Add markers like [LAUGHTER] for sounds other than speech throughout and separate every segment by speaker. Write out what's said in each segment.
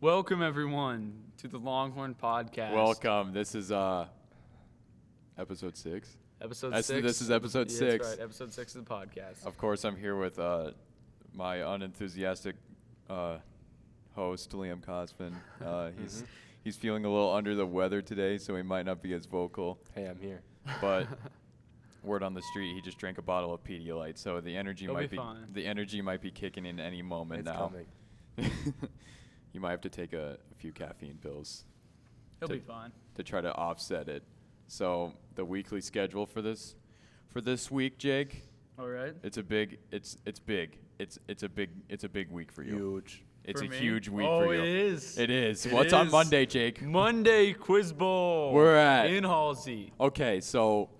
Speaker 1: Welcome everyone to the Longhorn Podcast.
Speaker 2: Welcome. This is uh episode six.
Speaker 1: Episode
Speaker 2: That's-
Speaker 1: six.
Speaker 2: this is episode
Speaker 1: Yeah,
Speaker 2: six.
Speaker 1: That's right. Episode six of the podcast.
Speaker 2: Of course, I'm here with uh, my unenthusiastic uh, host Liam Cosman.
Speaker 1: [LAUGHS]
Speaker 2: Uh, he's
Speaker 1: Mm-hmm.
Speaker 2: he's feeling a little under the weather today, so he might not be as vocal.
Speaker 3: Hey, I'm here.
Speaker 1: [LAUGHS]
Speaker 2: But word on the street, he just drank a bottle of Pedialyte, so the energy
Speaker 1: He'll
Speaker 2: might
Speaker 1: be
Speaker 2: be,
Speaker 1: fine.
Speaker 2: the energy might be kicking in any moment
Speaker 3: It's
Speaker 2: now.
Speaker 3: coming.
Speaker 2: [LAUGHS] you might have to take a, a few caffeine pills.
Speaker 1: He'll be
Speaker 2: Take-
Speaker 1: fine.
Speaker 2: to try to offset it. So the weekly schedule for this for this week, Jake,
Speaker 1: All right.
Speaker 2: it's a big it's it's big. It's it's a big it's a big week for you.
Speaker 3: Huge.
Speaker 2: It's
Speaker 1: For
Speaker 2: a
Speaker 1: me?
Speaker 2: huge week
Speaker 1: Oh,
Speaker 2: for you.
Speaker 1: it is.
Speaker 2: It is.
Speaker 1: It
Speaker 2: What's on
Speaker 1: is.
Speaker 2: Monday, Jake?
Speaker 1: Monday Quiz Bowl.
Speaker 2: We're at-
Speaker 1: in Halsey.
Speaker 2: Okay, so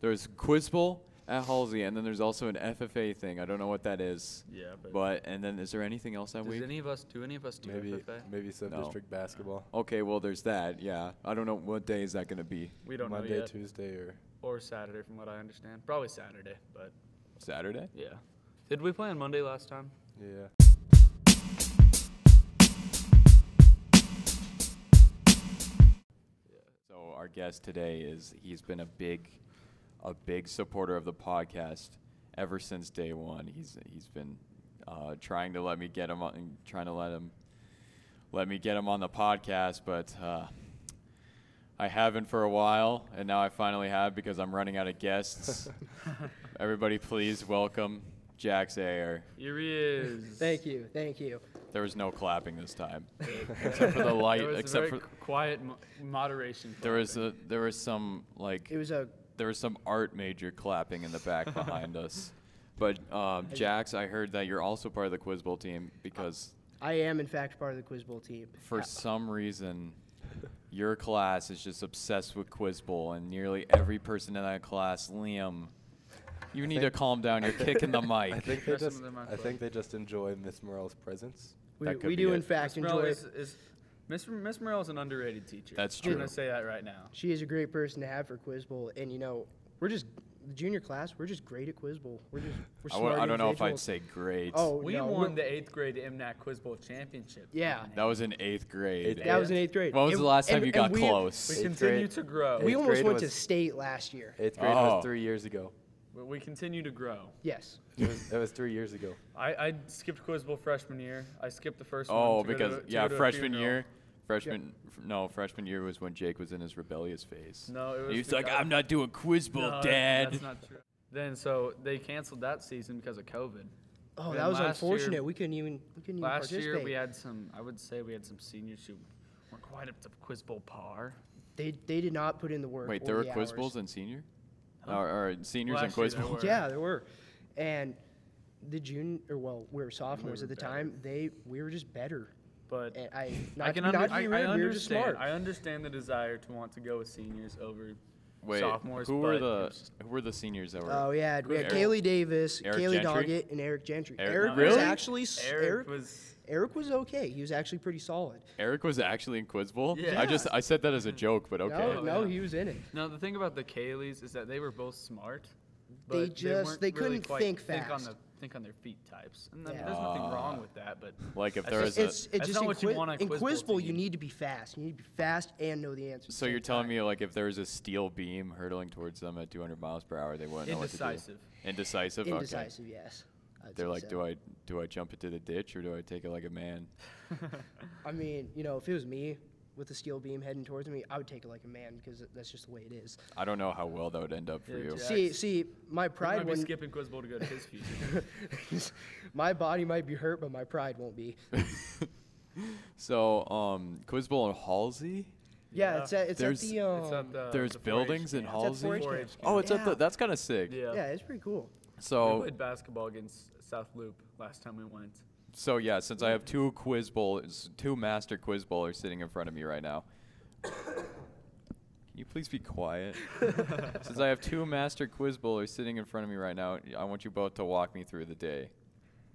Speaker 2: there's Quiz Bowl at Halsey and then there's also an FFA thing. I don't know what that is.
Speaker 1: Yeah, but-
Speaker 2: But and then is there anything else that
Speaker 1: Does
Speaker 2: week?
Speaker 1: any of us do any of us do
Speaker 3: Maybe
Speaker 1: FFA?
Speaker 3: maybe sub district basketball.
Speaker 2: okay, well there's that. Yeah. I don't know what day is that going to be.
Speaker 1: We don't
Speaker 3: Monday,
Speaker 1: know yet.
Speaker 3: Tuesday, or
Speaker 1: Or Saturday, from what I understand. Probably Saturday, but
Speaker 2: Saturday?
Speaker 1: yeah. Did we play on Monday last time?
Speaker 3: yeah.
Speaker 2: So our guest today is he's been a big a big supporter of the podcast ever since day one. He's he's been uh, trying to let me get him on trying to let him let me get him on the podcast, but uh, I haven't for a while, and now I finally have because I'm running out of
Speaker 3: [LAUGHS]
Speaker 2: guests. Everybody, please welcome Jax Ayer.
Speaker 1: Here he is.
Speaker 4: Thank you, thank you.
Speaker 2: There was no clapping this time, except
Speaker 1: [LAUGHS]
Speaker 2: for the light.
Speaker 1: There was
Speaker 2: Except
Speaker 1: a very
Speaker 2: for
Speaker 1: quiet mo- moderation.
Speaker 2: there
Speaker 1: for
Speaker 2: was a there was some like
Speaker 4: It was a
Speaker 2: there was some art major clapping in the
Speaker 4: [LAUGHS]
Speaker 2: back behind us. But um, Jax, I heard that you're also part of the Quiz Bowl team because
Speaker 4: I am in fact part of the Quiz Bowl team.
Speaker 2: for
Speaker 4: [LAUGHS] Uh,
Speaker 2: some reason your class is just obsessed with Quiz Bowl, and nearly every person in that class, Liam, you need to
Speaker 3: think-
Speaker 2: calm down. You're kicking
Speaker 4: [LAUGHS]
Speaker 2: the mic.
Speaker 3: [LAUGHS] I think
Speaker 1: Try
Speaker 3: they
Speaker 1: some
Speaker 3: just
Speaker 1: of them out
Speaker 3: I
Speaker 1: quick.
Speaker 3: think they just enjoy Miss Morell's presence.
Speaker 4: we,
Speaker 2: that could
Speaker 4: we
Speaker 2: be
Speaker 4: do in
Speaker 2: it.
Speaker 4: fact
Speaker 1: Miss Morell
Speaker 4: enjoy.
Speaker 1: is, is Miss Miss Morell's an underrated teacher.
Speaker 2: That's
Speaker 1: I'm
Speaker 2: true.
Speaker 1: gonna say that right now.
Speaker 4: She is a great person to have for Quiz Bowl, and you know we're just the junior class. We're just great at Quiz Bowl. We're just we're
Speaker 2: I,
Speaker 4: smart.
Speaker 2: w- I don't know if I'd
Speaker 4: individuals.
Speaker 2: say great.
Speaker 4: Oh
Speaker 1: We
Speaker 4: no,
Speaker 1: won
Speaker 4: we're-
Speaker 1: the eighth grade MNAC Quiz Bowl championship.
Speaker 4: Yeah.
Speaker 2: that was in eighth grade.
Speaker 3: Eighth
Speaker 4: that was in eighth grade.
Speaker 2: When was
Speaker 4: And-
Speaker 2: the last time
Speaker 4: and-
Speaker 2: you
Speaker 4: and
Speaker 2: got
Speaker 4: we-
Speaker 2: close?
Speaker 1: We
Speaker 3: Eighth
Speaker 1: continue
Speaker 3: grade-
Speaker 1: to grow.
Speaker 4: We
Speaker 3: Eighth
Speaker 4: almost
Speaker 3: grade
Speaker 4: went to
Speaker 3: was-
Speaker 4: state last year.
Speaker 3: Eighth grade
Speaker 2: Oh.
Speaker 3: was three years [LAUGHS] ago.
Speaker 1: We, we continue to grow.
Speaker 4: Yes.
Speaker 3: It was, it was three years ago.
Speaker 1: I, I skipped Quiz Bowl freshman year. I skipped the first one.
Speaker 2: Oh,
Speaker 1: to go to-
Speaker 2: because
Speaker 1: to
Speaker 2: yeah,
Speaker 1: go to a
Speaker 2: freshman
Speaker 1: funeral.
Speaker 2: year, freshman f- no, freshman year was when Jake was in his rebellious phase.
Speaker 1: No, it was
Speaker 2: he was like,
Speaker 1: because-
Speaker 2: "I'm not doing quiz bowl,
Speaker 1: No, that-
Speaker 2: Dad."
Speaker 1: That's not true. Then so they canceled that season because of COVID.
Speaker 4: Oh,
Speaker 1: And
Speaker 4: that was
Speaker 1: last year-
Speaker 4: unfortunate. we couldn't even we couldn't even
Speaker 1: Last
Speaker 4: participate.
Speaker 1: year we had some. I would say we had some seniors who were quite up to Quiz Bowl par.
Speaker 4: they they did not put in the work.
Speaker 2: Wait,
Speaker 4: or
Speaker 2: there were
Speaker 4: the
Speaker 2: quiz
Speaker 4: hours.
Speaker 2: bowls and senior, or, or seniors
Speaker 1: Well,
Speaker 2: and
Speaker 1: actually,
Speaker 2: quiz
Speaker 4: [LAUGHS]
Speaker 1: there
Speaker 2: bowls.
Speaker 1: were.
Speaker 4: Yeah, there were. And the junior, or well, we were sophomores at the
Speaker 1: better.
Speaker 4: time. They we were just better.
Speaker 1: But
Speaker 4: And I, not,
Speaker 1: I can
Speaker 4: not
Speaker 1: under,
Speaker 4: to
Speaker 1: I,
Speaker 4: be
Speaker 1: I
Speaker 4: rude, we were just
Speaker 1: understand.
Speaker 4: smart.
Speaker 1: I understand the desire to want to go with seniors over
Speaker 2: Wait,
Speaker 1: sophomores.
Speaker 2: who
Speaker 1: but
Speaker 2: were
Speaker 1: it
Speaker 2: the
Speaker 1: was-
Speaker 2: who were the seniors that were?
Speaker 4: Oh yeah, we
Speaker 2: Eric-
Speaker 4: had Kaylee Davis,
Speaker 2: Eric
Speaker 4: Kaylee
Speaker 2: Gentry?
Speaker 4: Doggett, and Eric Gentry.
Speaker 2: Eric-
Speaker 4: Eric, was
Speaker 2: Really?
Speaker 4: actually s-
Speaker 1: Eric,
Speaker 4: Eric,
Speaker 1: was.
Speaker 4: Eric was okay. He was actually pretty solid.
Speaker 2: Eric was actually in quiz bowl.
Speaker 1: Yeah.
Speaker 2: I just I said that as a joke, but okay.
Speaker 4: No, no,
Speaker 1: Oh, Yeah.
Speaker 4: he was in it.
Speaker 1: No, the thing about the Kayleys is that they were both smart.
Speaker 4: They
Speaker 1: but
Speaker 4: just-
Speaker 1: weren't
Speaker 4: they
Speaker 1: really
Speaker 4: couldn't
Speaker 1: quite
Speaker 4: think
Speaker 1: on the
Speaker 4: fast.
Speaker 1: think on their feet types. And I mean,
Speaker 4: Yeah.
Speaker 1: there's nothing wrong with that, but
Speaker 2: Like if
Speaker 1: that's
Speaker 2: there
Speaker 1: just-
Speaker 2: is a-
Speaker 4: It's it
Speaker 1: That's
Speaker 4: just
Speaker 1: not
Speaker 4: in,
Speaker 1: what you
Speaker 4: qui-
Speaker 1: want on a
Speaker 4: in
Speaker 1: quiz
Speaker 4: quiz
Speaker 1: bowl
Speaker 4: bowl. You
Speaker 1: team.
Speaker 4: need to be fast. You need to be fast and know the answers.
Speaker 2: So you're telling me like if there was a steel beam hurtling towards them at 200 miles per hour, they wouldn't know
Speaker 1: Indecisive.
Speaker 2: what to do. Indecisive. Okay.
Speaker 4: indecisive? Yes. I'd
Speaker 2: They're
Speaker 4: say
Speaker 2: like,
Speaker 4: so.
Speaker 2: do I do I jump into the ditch or do I take it like a man?
Speaker 4: I mean, you know, if it was me with a steel beam heading towards me, I would take it like a man because that's just the way it is.
Speaker 2: I don't know how well that would end up for
Speaker 1: Yeah,
Speaker 2: you.
Speaker 1: Jack.
Speaker 4: See,
Speaker 1: Yikes.
Speaker 4: see, my
Speaker 1: I
Speaker 4: pride
Speaker 1: might be
Speaker 4: wouldn't.
Speaker 1: skipping quiz bowl to go to his future.
Speaker 4: [LAUGHS] my body might be hurt, but my pride won't be.
Speaker 2: [LAUGHS] So, um, Quiz Bowl in Halsey.
Speaker 4: Yeah, it's at, it's at
Speaker 2: There's-
Speaker 4: the um,
Speaker 1: It's at the,
Speaker 2: There's
Speaker 1: the 4-H
Speaker 2: buildings in
Speaker 1: camp.
Speaker 4: at
Speaker 2: Halsey.
Speaker 4: 4-H
Speaker 1: camp.
Speaker 2: Oh, it's at the.
Speaker 4: Yeah.
Speaker 2: That's kind of sick.
Speaker 1: Yeah.
Speaker 4: yeah, it's pretty cool.
Speaker 1: we
Speaker 2: So,
Speaker 1: played basketball against South Loop last time we went.
Speaker 2: so yeah. Since I have two Quiz Bowls, two master Quiz Bowlers sitting in front of me right now. Can you please be quiet?
Speaker 1: [LAUGHS]
Speaker 2: since I have two master Quiz Bowlers sitting in front of me right now, I want you both to walk me through the day,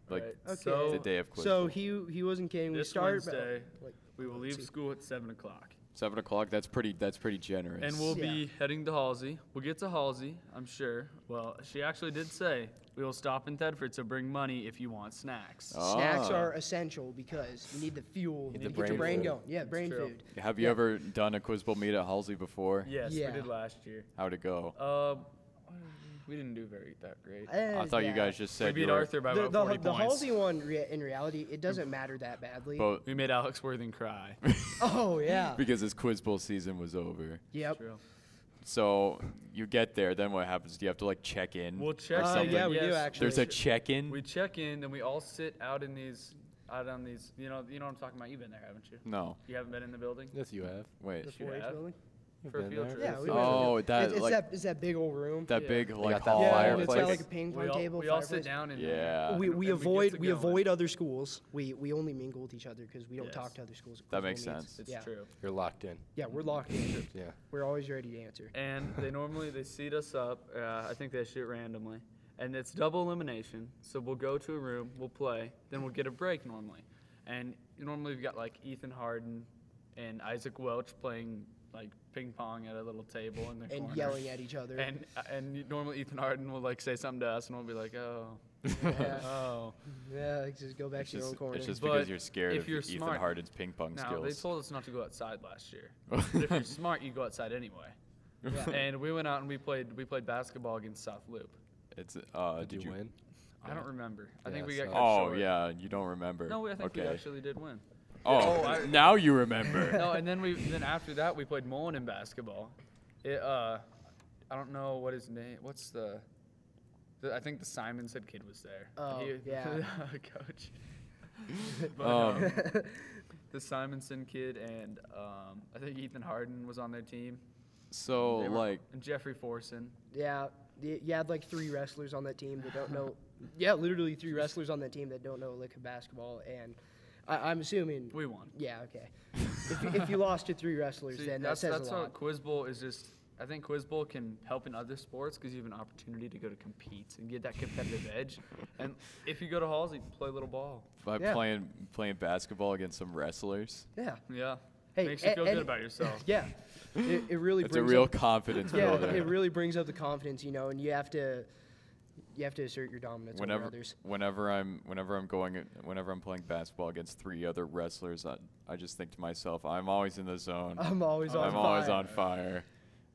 Speaker 2: like
Speaker 1: Right.
Speaker 4: Okay.
Speaker 1: So
Speaker 2: the day of Quiz
Speaker 4: so
Speaker 2: Bowl.
Speaker 4: he he wasn't kidding. we
Speaker 1: this
Speaker 4: start about-
Speaker 1: Wednesday,
Speaker 4: like,
Speaker 1: we will
Speaker 4: let's
Speaker 1: leave
Speaker 4: see.
Speaker 1: school at seven o'clock.
Speaker 2: Seven o'clock. That's pretty. That's pretty generous.
Speaker 1: And we'll
Speaker 4: Yeah.
Speaker 1: be heading to Halsey. We'll get to Halsey, I'm sure. Well, she actually did say we will stop in Thedford, so bring money if you want snacks.
Speaker 4: Snacks
Speaker 2: Ah.
Speaker 4: are essential because you need the fuel
Speaker 3: Need the
Speaker 4: to get your
Speaker 3: brain
Speaker 4: brain
Speaker 3: food.
Speaker 4: going. Yeah, brain
Speaker 1: true.
Speaker 4: food.
Speaker 2: Have you
Speaker 4: Yeah.
Speaker 2: ever done a quiz bowl meet at Halsey before?
Speaker 1: Yes,
Speaker 4: Yeah.
Speaker 1: we did last year.
Speaker 2: How'd it go?
Speaker 1: Um, we didn't do very that great.
Speaker 4: Eh,
Speaker 2: I thought
Speaker 4: yeah.
Speaker 2: you guys just said
Speaker 1: we
Speaker 2: you
Speaker 1: beat
Speaker 2: were-
Speaker 1: Arthur by
Speaker 4: the,
Speaker 1: about
Speaker 4: the,
Speaker 1: 40
Speaker 4: the
Speaker 1: points.
Speaker 4: Halsey one, rea- in reality, it doesn't matter that badly.
Speaker 2: But
Speaker 1: we made Alex Worthing cry.
Speaker 4: [LAUGHS] Oh [LAUGHS] yeah.
Speaker 2: because his quiz bowl season was over.
Speaker 4: [LAUGHS] Yep.
Speaker 1: True.
Speaker 2: So you get there, then what happens? Do you have to like check in?
Speaker 1: We'll
Speaker 2: or
Speaker 1: check.
Speaker 4: Uh,
Speaker 2: something?
Speaker 4: yeah, we do
Speaker 1: Yes.
Speaker 4: actually.
Speaker 2: There's a check-in.
Speaker 1: We check in, and we all sit out in these, out on these. You know, you know what I'm talking about. You've been there, haven't you?
Speaker 2: no,
Speaker 1: You haven't been in the building
Speaker 3: Yes, you have.
Speaker 2: wait.
Speaker 4: The
Speaker 1: Yes, you
Speaker 4: 4-H
Speaker 1: have.
Speaker 4: building.
Speaker 3: You've
Speaker 1: For a
Speaker 3: been
Speaker 1: field
Speaker 3: there.
Speaker 1: trip.
Speaker 4: Yeah, we
Speaker 3: It's-
Speaker 4: went to
Speaker 2: Oh,
Speaker 4: it.
Speaker 2: that,
Speaker 4: It's, it's
Speaker 2: like-
Speaker 4: that it's that big old room.
Speaker 2: That
Speaker 1: Yeah.
Speaker 2: big
Speaker 3: They
Speaker 2: like
Speaker 3: got that
Speaker 2: hall
Speaker 3: wall,
Speaker 4: yeah, and it's got
Speaker 2: fireplace.
Speaker 4: like a ping pong
Speaker 1: we all,
Speaker 4: table.
Speaker 1: we all sit
Speaker 4: fireplace.
Speaker 1: down and
Speaker 2: Yeah.
Speaker 4: We,
Speaker 1: and
Speaker 4: we
Speaker 1: get
Speaker 4: avoid
Speaker 1: to
Speaker 4: we
Speaker 1: go.
Speaker 4: avoid other schools. We we only mingle with each other because we don't
Speaker 1: Yes.
Speaker 4: talk to other schools. at
Speaker 2: That
Speaker 4: quiz bowl
Speaker 2: makes
Speaker 4: meets.
Speaker 2: sense.
Speaker 1: It's
Speaker 4: yeah.
Speaker 1: true.
Speaker 3: You're locked in.
Speaker 4: Yeah, we're locked in.
Speaker 3: Yeah.
Speaker 4: We're always ready to answer.
Speaker 1: and they normally they seat us up. Uh, I think they shoot randomly, and it's double elimination. So we'll go to a room, we'll play, then we'll get a break normally. And normally we've got like Ethan Harden and Isaac Welch playing like ping pong at a little table in the
Speaker 4: And
Speaker 1: corner.
Speaker 4: yelling at each other.
Speaker 1: And uh, and normally Ethan Harden will like say something to us, and we'll be like, oh,
Speaker 4: Yeah. Um,
Speaker 1: oh.
Speaker 4: yeah, like, just go back
Speaker 2: It's
Speaker 4: to your own
Speaker 2: just,
Speaker 4: corner.
Speaker 2: it's just
Speaker 1: But
Speaker 2: because you're scared
Speaker 1: if
Speaker 2: of
Speaker 1: you're
Speaker 2: Ethan
Speaker 1: smart-
Speaker 2: Harden's ping pong
Speaker 1: No,
Speaker 2: skills.
Speaker 1: they told us not to go outside last year. But if you're smart, you go outside anyway.
Speaker 4: Yeah.
Speaker 1: And we went out and we played we played basketball against South Loop.
Speaker 2: it's uh,
Speaker 3: Did, you, win?
Speaker 1: I don't remember. I
Speaker 3: Yeah,
Speaker 1: think we
Speaker 3: so-
Speaker 1: got. cut
Speaker 2: Oh
Speaker 1: short.
Speaker 2: yeah, you don't remember.
Speaker 1: No, we- I think
Speaker 2: okay.
Speaker 1: we actually did
Speaker 3: [LAUGHS]
Speaker 1: win.
Speaker 2: Oh,
Speaker 1: Oh, I-
Speaker 2: now you remember.
Speaker 1: [LAUGHS] no, and then we then after that we played Mullen in basketball. It, uh, I don't know what his name. What's the, the I think the Simon said kid was there.
Speaker 4: Oh,
Speaker 1: [LAUGHS]
Speaker 4: yeah.
Speaker 2: [LAUGHS]
Speaker 1: coach. [LAUGHS] but,
Speaker 2: Um,
Speaker 1: um, the Simonson kid and um, I think Ethan Harden was on their team.
Speaker 2: so
Speaker 1: They were-
Speaker 2: like,
Speaker 1: and Jeffrey Forson.
Speaker 4: [LAUGHS] yeah, y- you had like three wrestlers on that team that don't know. [LAUGHS] yeah, literally three wrestlers on that team that don't know a lick of basketball. And I, I'm assuming.
Speaker 1: We won.
Speaker 4: yeah.
Speaker 1: [LAUGHS]
Speaker 4: Okay. if, if you lost to three wrestlers,
Speaker 1: See,
Speaker 4: then that
Speaker 1: that's
Speaker 4: says
Speaker 1: that's
Speaker 4: a lot.
Speaker 1: what Quiz Bowl is just. I think Quiz Bowl can help in other sports because you have an opportunity to go to compete and get that competitive edge. And if you go to Halsey, play little ball.
Speaker 2: by
Speaker 4: Yeah.
Speaker 2: playing playing basketball against some wrestlers,
Speaker 4: Yeah.
Speaker 1: Yeah.
Speaker 4: Hey,
Speaker 1: Makes you
Speaker 4: a-
Speaker 1: feel
Speaker 4: and-
Speaker 1: good about yourself.
Speaker 4: Yeah. It, it really
Speaker 2: it's a
Speaker 4: brings
Speaker 2: real
Speaker 4: up,
Speaker 2: confidence
Speaker 4: [LAUGHS] yeah,
Speaker 2: builder.
Speaker 4: it really brings up the confidence, you know, and you have to you have to assert your dominance over
Speaker 2: whenever
Speaker 4: others.
Speaker 2: whenever I'm whenever I'm going whenever I'm playing basketball against three other wrestlers, I, I just think to myself, I'm always in the zone.
Speaker 4: I'm always on
Speaker 2: I'm always
Speaker 4: fire.
Speaker 2: on fire.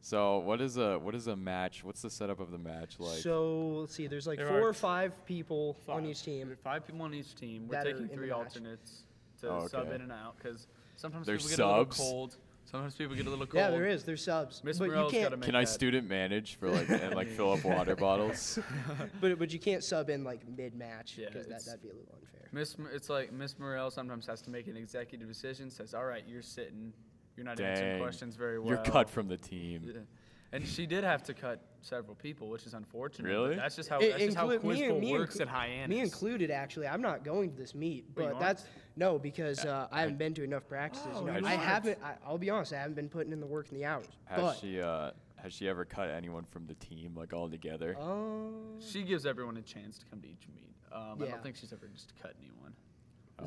Speaker 2: So what is a what is a match? What's the setup of the match like?
Speaker 4: so let's see, there's like
Speaker 1: There
Speaker 4: four
Speaker 1: are
Speaker 4: or five people [COUGHS] on
Speaker 1: Five.
Speaker 4: each team.
Speaker 1: There are Five people on each team. We're
Speaker 4: That are
Speaker 1: taking
Speaker 4: in the
Speaker 1: three
Speaker 4: match.
Speaker 1: alternates to
Speaker 2: Oh,
Speaker 1: sub
Speaker 2: okay.
Speaker 1: in and out because sometimes
Speaker 2: There's
Speaker 1: people get a little
Speaker 2: subs?
Speaker 1: cold. Sometimes people get a little cold.
Speaker 4: [LAUGHS] Yeah, there is. There's subs.
Speaker 1: Miss
Speaker 4: but you
Speaker 1: Morell's
Speaker 4: can't
Speaker 1: gotta
Speaker 4: [LAUGHS]
Speaker 1: make
Speaker 2: Can I
Speaker 1: that.
Speaker 2: student manage for like and like fill up water bottles?
Speaker 4: but but you can't sub in like mid match
Speaker 1: Yeah,
Speaker 4: because that
Speaker 1: it's-
Speaker 4: that'd be a little unfair.
Speaker 1: Miss, Mor- it's like Miss Morell sometimes has to make an executive decision. Says, "All right, you're sitting. You're not answering
Speaker 2: Dang.
Speaker 1: questions very well.
Speaker 2: You're cut from the team.
Speaker 1: Yeah. And she did have to cut several people, which is unfortunate. but
Speaker 2: Really?
Speaker 1: That's just how
Speaker 4: I-
Speaker 1: that's just how
Speaker 4: include-
Speaker 1: Quiz
Speaker 4: me-
Speaker 1: Bowl
Speaker 4: me
Speaker 1: works
Speaker 4: inclu-
Speaker 1: at Hyannis.
Speaker 4: Me included, actually. I'm not going to this meet,
Speaker 1: you
Speaker 4: but
Speaker 1: aren't?
Speaker 4: that's no because uh, I haven't been to enough practices.
Speaker 1: Oh,
Speaker 4: you know.
Speaker 1: you
Speaker 4: I
Speaker 1: aren't.
Speaker 4: haven't. I, I'll be honest. I haven't been putting in the work and the hours.
Speaker 2: Has
Speaker 4: but
Speaker 2: she uh has she ever cut anyone from the team like all together?
Speaker 4: um,
Speaker 1: She gives everyone a chance to come to each meet. Um, I
Speaker 4: Yeah.
Speaker 1: don't think she's ever just cut anyone.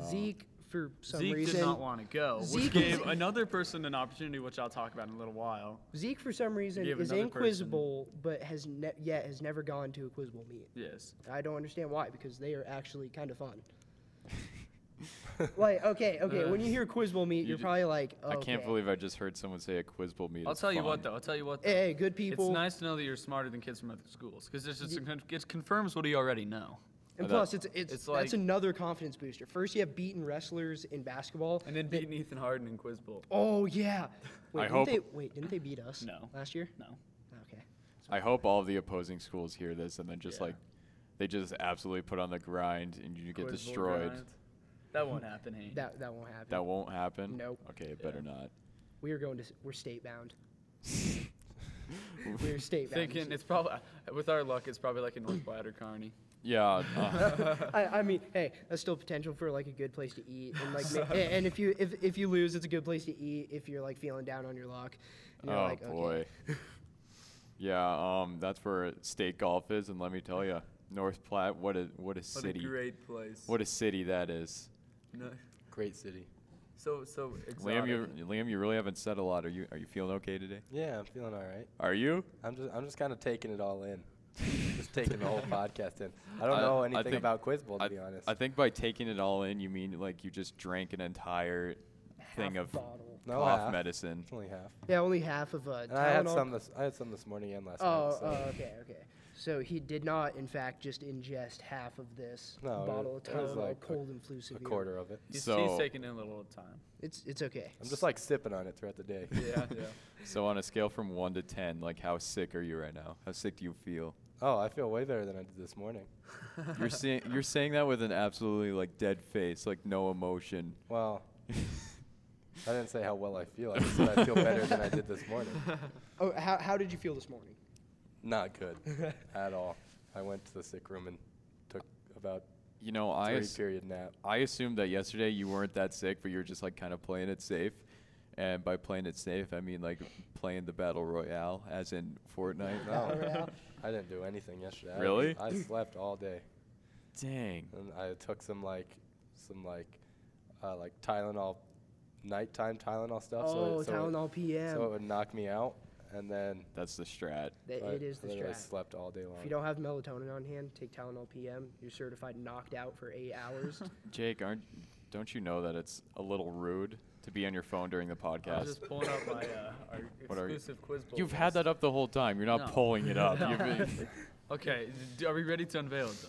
Speaker 4: Zeke for some
Speaker 1: Um, Zeke
Speaker 4: reason
Speaker 1: did not want to go,
Speaker 4: Zeke-
Speaker 1: which gave another person an opportunity, which I'll talk about in a little while.
Speaker 4: Zeke for some reason
Speaker 1: Give
Speaker 4: is
Speaker 1: another
Speaker 4: in Quiz
Speaker 1: person.
Speaker 4: Bowl, but has ne- yet has never gone to a Quiz Bowl meet.
Speaker 1: Yes.
Speaker 4: I don't understand why because they are actually kind
Speaker 2: [LAUGHS]
Speaker 4: of fun. like okay, okay. When you hear Quiz Bowl meet,
Speaker 2: Uh, You
Speaker 4: you're
Speaker 2: ju-
Speaker 4: probably like,
Speaker 2: I can't
Speaker 4: okay.
Speaker 2: believe I just heard someone say a quiz bowl meet.
Speaker 1: I'll
Speaker 2: is
Speaker 1: tell you what,
Speaker 2: fun.
Speaker 1: though. I'll tell you what. Though.
Speaker 4: Hey, hey, good people.
Speaker 1: It's nice to know that you're smarter than kids from other schools because it just it confirms what you already know.
Speaker 4: And
Speaker 2: That-
Speaker 4: plus, it's it's,
Speaker 1: it's
Speaker 4: that's
Speaker 1: like-
Speaker 4: another confidence booster. First, you have beaten wrestlers in basketball.
Speaker 1: And then beating Ethan Harden in Quiz Bowl.
Speaker 4: Oh yeah. Wait,
Speaker 2: I
Speaker 4: didn't
Speaker 2: hope-
Speaker 4: They, wait, didn't they beat us?
Speaker 1: No.
Speaker 4: Last year.
Speaker 1: No.
Speaker 4: Okay.
Speaker 2: I hope all the opposing schools hear this and then just
Speaker 1: Yeah.
Speaker 2: like they just absolutely put on the grind and you get
Speaker 1: Quiz Bowl
Speaker 2: destroyed.
Speaker 1: grind. That won't happen, Hank.
Speaker 4: That that won't happen.
Speaker 2: That won't happen.
Speaker 4: Nope.
Speaker 2: Okay, better not.
Speaker 4: we are going to s- we're
Speaker 3: [LAUGHS]
Speaker 4: state bound. we're state bound.
Speaker 1: Thinking it's probably with our luck, it's probably like a North Platte or
Speaker 2: [COUGHS]
Speaker 1: Kearney.
Speaker 2: Yeah. uh,
Speaker 4: I, I mean, hey, that's still potential for like a good place to eat, and like,
Speaker 3: [LAUGHS]
Speaker 4: ma- a- and if you if, if you lose, it's a good place to eat. If you're like feeling down on your luck, and you're
Speaker 2: oh
Speaker 4: like, okay.
Speaker 2: boy. yeah. Um. That's where state golf is, and let me tell you, North Platte. What a what a city.
Speaker 1: great place.
Speaker 2: What a city that is.
Speaker 1: No,
Speaker 3: Great city.
Speaker 1: So so exotic.
Speaker 2: Liam, you Liam, you really haven't said a lot. Are you are you feeling okay today?
Speaker 3: Yeah, I'm feeling all right.
Speaker 2: Are you?
Speaker 3: I'm just I'm just kind of taking it all in. [LAUGHS] just taking the [LAUGHS] whole podcast in. I don't
Speaker 2: I-
Speaker 3: know
Speaker 2: I
Speaker 3: anything
Speaker 2: think-
Speaker 3: about Quiz Bowl to
Speaker 2: I,
Speaker 3: be honest.
Speaker 2: I think by taking it all in, you mean like you just drank an entire thing
Speaker 4: Half
Speaker 2: of
Speaker 4: bottle.
Speaker 3: no
Speaker 2: cough
Speaker 3: half.
Speaker 2: medicine.
Speaker 3: It's only half.
Speaker 4: Yeah, only half of a.
Speaker 3: And I had
Speaker 4: Tylenol
Speaker 3: some this I had some this morning and last
Speaker 4: Oh,
Speaker 3: night. So.
Speaker 4: oh, okay, okay. So he did not, in fact, just ingest half of this
Speaker 3: No, it-
Speaker 4: bottle of
Speaker 3: it was
Speaker 4: Tylenol
Speaker 3: like a-
Speaker 4: cold and flu
Speaker 3: a
Speaker 4: severe.
Speaker 3: quarter of it.
Speaker 1: He's, he's
Speaker 2: So-
Speaker 1: taking in a little at a time.
Speaker 4: It's it's okay.
Speaker 3: I'm just like sipping on it throughout the day.
Speaker 1: [LAUGHS]
Speaker 2: [LAUGHS]
Speaker 1: Yeah, yeah.
Speaker 2: So on a scale from one to ten, like how sick are you right now? How sick do you feel?
Speaker 3: Oh, I feel way better than I did this morning.
Speaker 1: [LAUGHS]
Speaker 2: You're saying you're saying that with an absolutely like dead face, like no emotion.
Speaker 4: [LAUGHS]
Speaker 3: Well, I didn't say how well I feel. I just said I feel better than I did this
Speaker 4: [LAUGHS]
Speaker 3: morning.
Speaker 4: Oh, how how did you feel this morning?
Speaker 3: Not good at all. I went to the sick room and took about
Speaker 2: You know, I
Speaker 3: three
Speaker 2: ass-
Speaker 3: period
Speaker 4: [LAUGHS]
Speaker 3: nap.
Speaker 2: I assumed that yesterday you weren't that sick, but you were just like kind of playing it safe. And by playing it safe, I mean like playing the battle royale, as in Fortnite.
Speaker 3: No,
Speaker 4: yeah.
Speaker 3: I didn't do anything yesterday. I-
Speaker 2: Really?
Speaker 3: I slept all day,
Speaker 2: Dang.
Speaker 3: and I took some like, some like, uh, like Tylenol, nighttime Tylenol stuff.
Speaker 4: oh,
Speaker 3: so it, so it-
Speaker 4: Tylenol PM.
Speaker 3: so it would knock me out, and then
Speaker 2: That's the strat.
Speaker 4: That-
Speaker 3: I
Speaker 4: it is the
Speaker 3: literally
Speaker 4: strat.
Speaker 3: slept all day long.
Speaker 4: If you don't have melatonin on hand, take Tylenol PM. You're certified knocked out for eight
Speaker 2: [LAUGHS]
Speaker 4: hours.
Speaker 2: Jake, aren't don't you know that it's a little rude to be on your phone during the
Speaker 1: I'm
Speaker 2: podcast?
Speaker 1: just pulling up my
Speaker 2: [COUGHS]
Speaker 1: uh,
Speaker 2: What
Speaker 1: our
Speaker 2: are you-
Speaker 1: exclusive quiz bowl.
Speaker 2: You've had
Speaker 1: list.
Speaker 2: that up the whole time. You're not
Speaker 1: No.
Speaker 2: pulling
Speaker 1: [LAUGHS]
Speaker 2: it up.
Speaker 1: No.
Speaker 2: You've been-
Speaker 1: Okay, d- are we ready to unveil it though?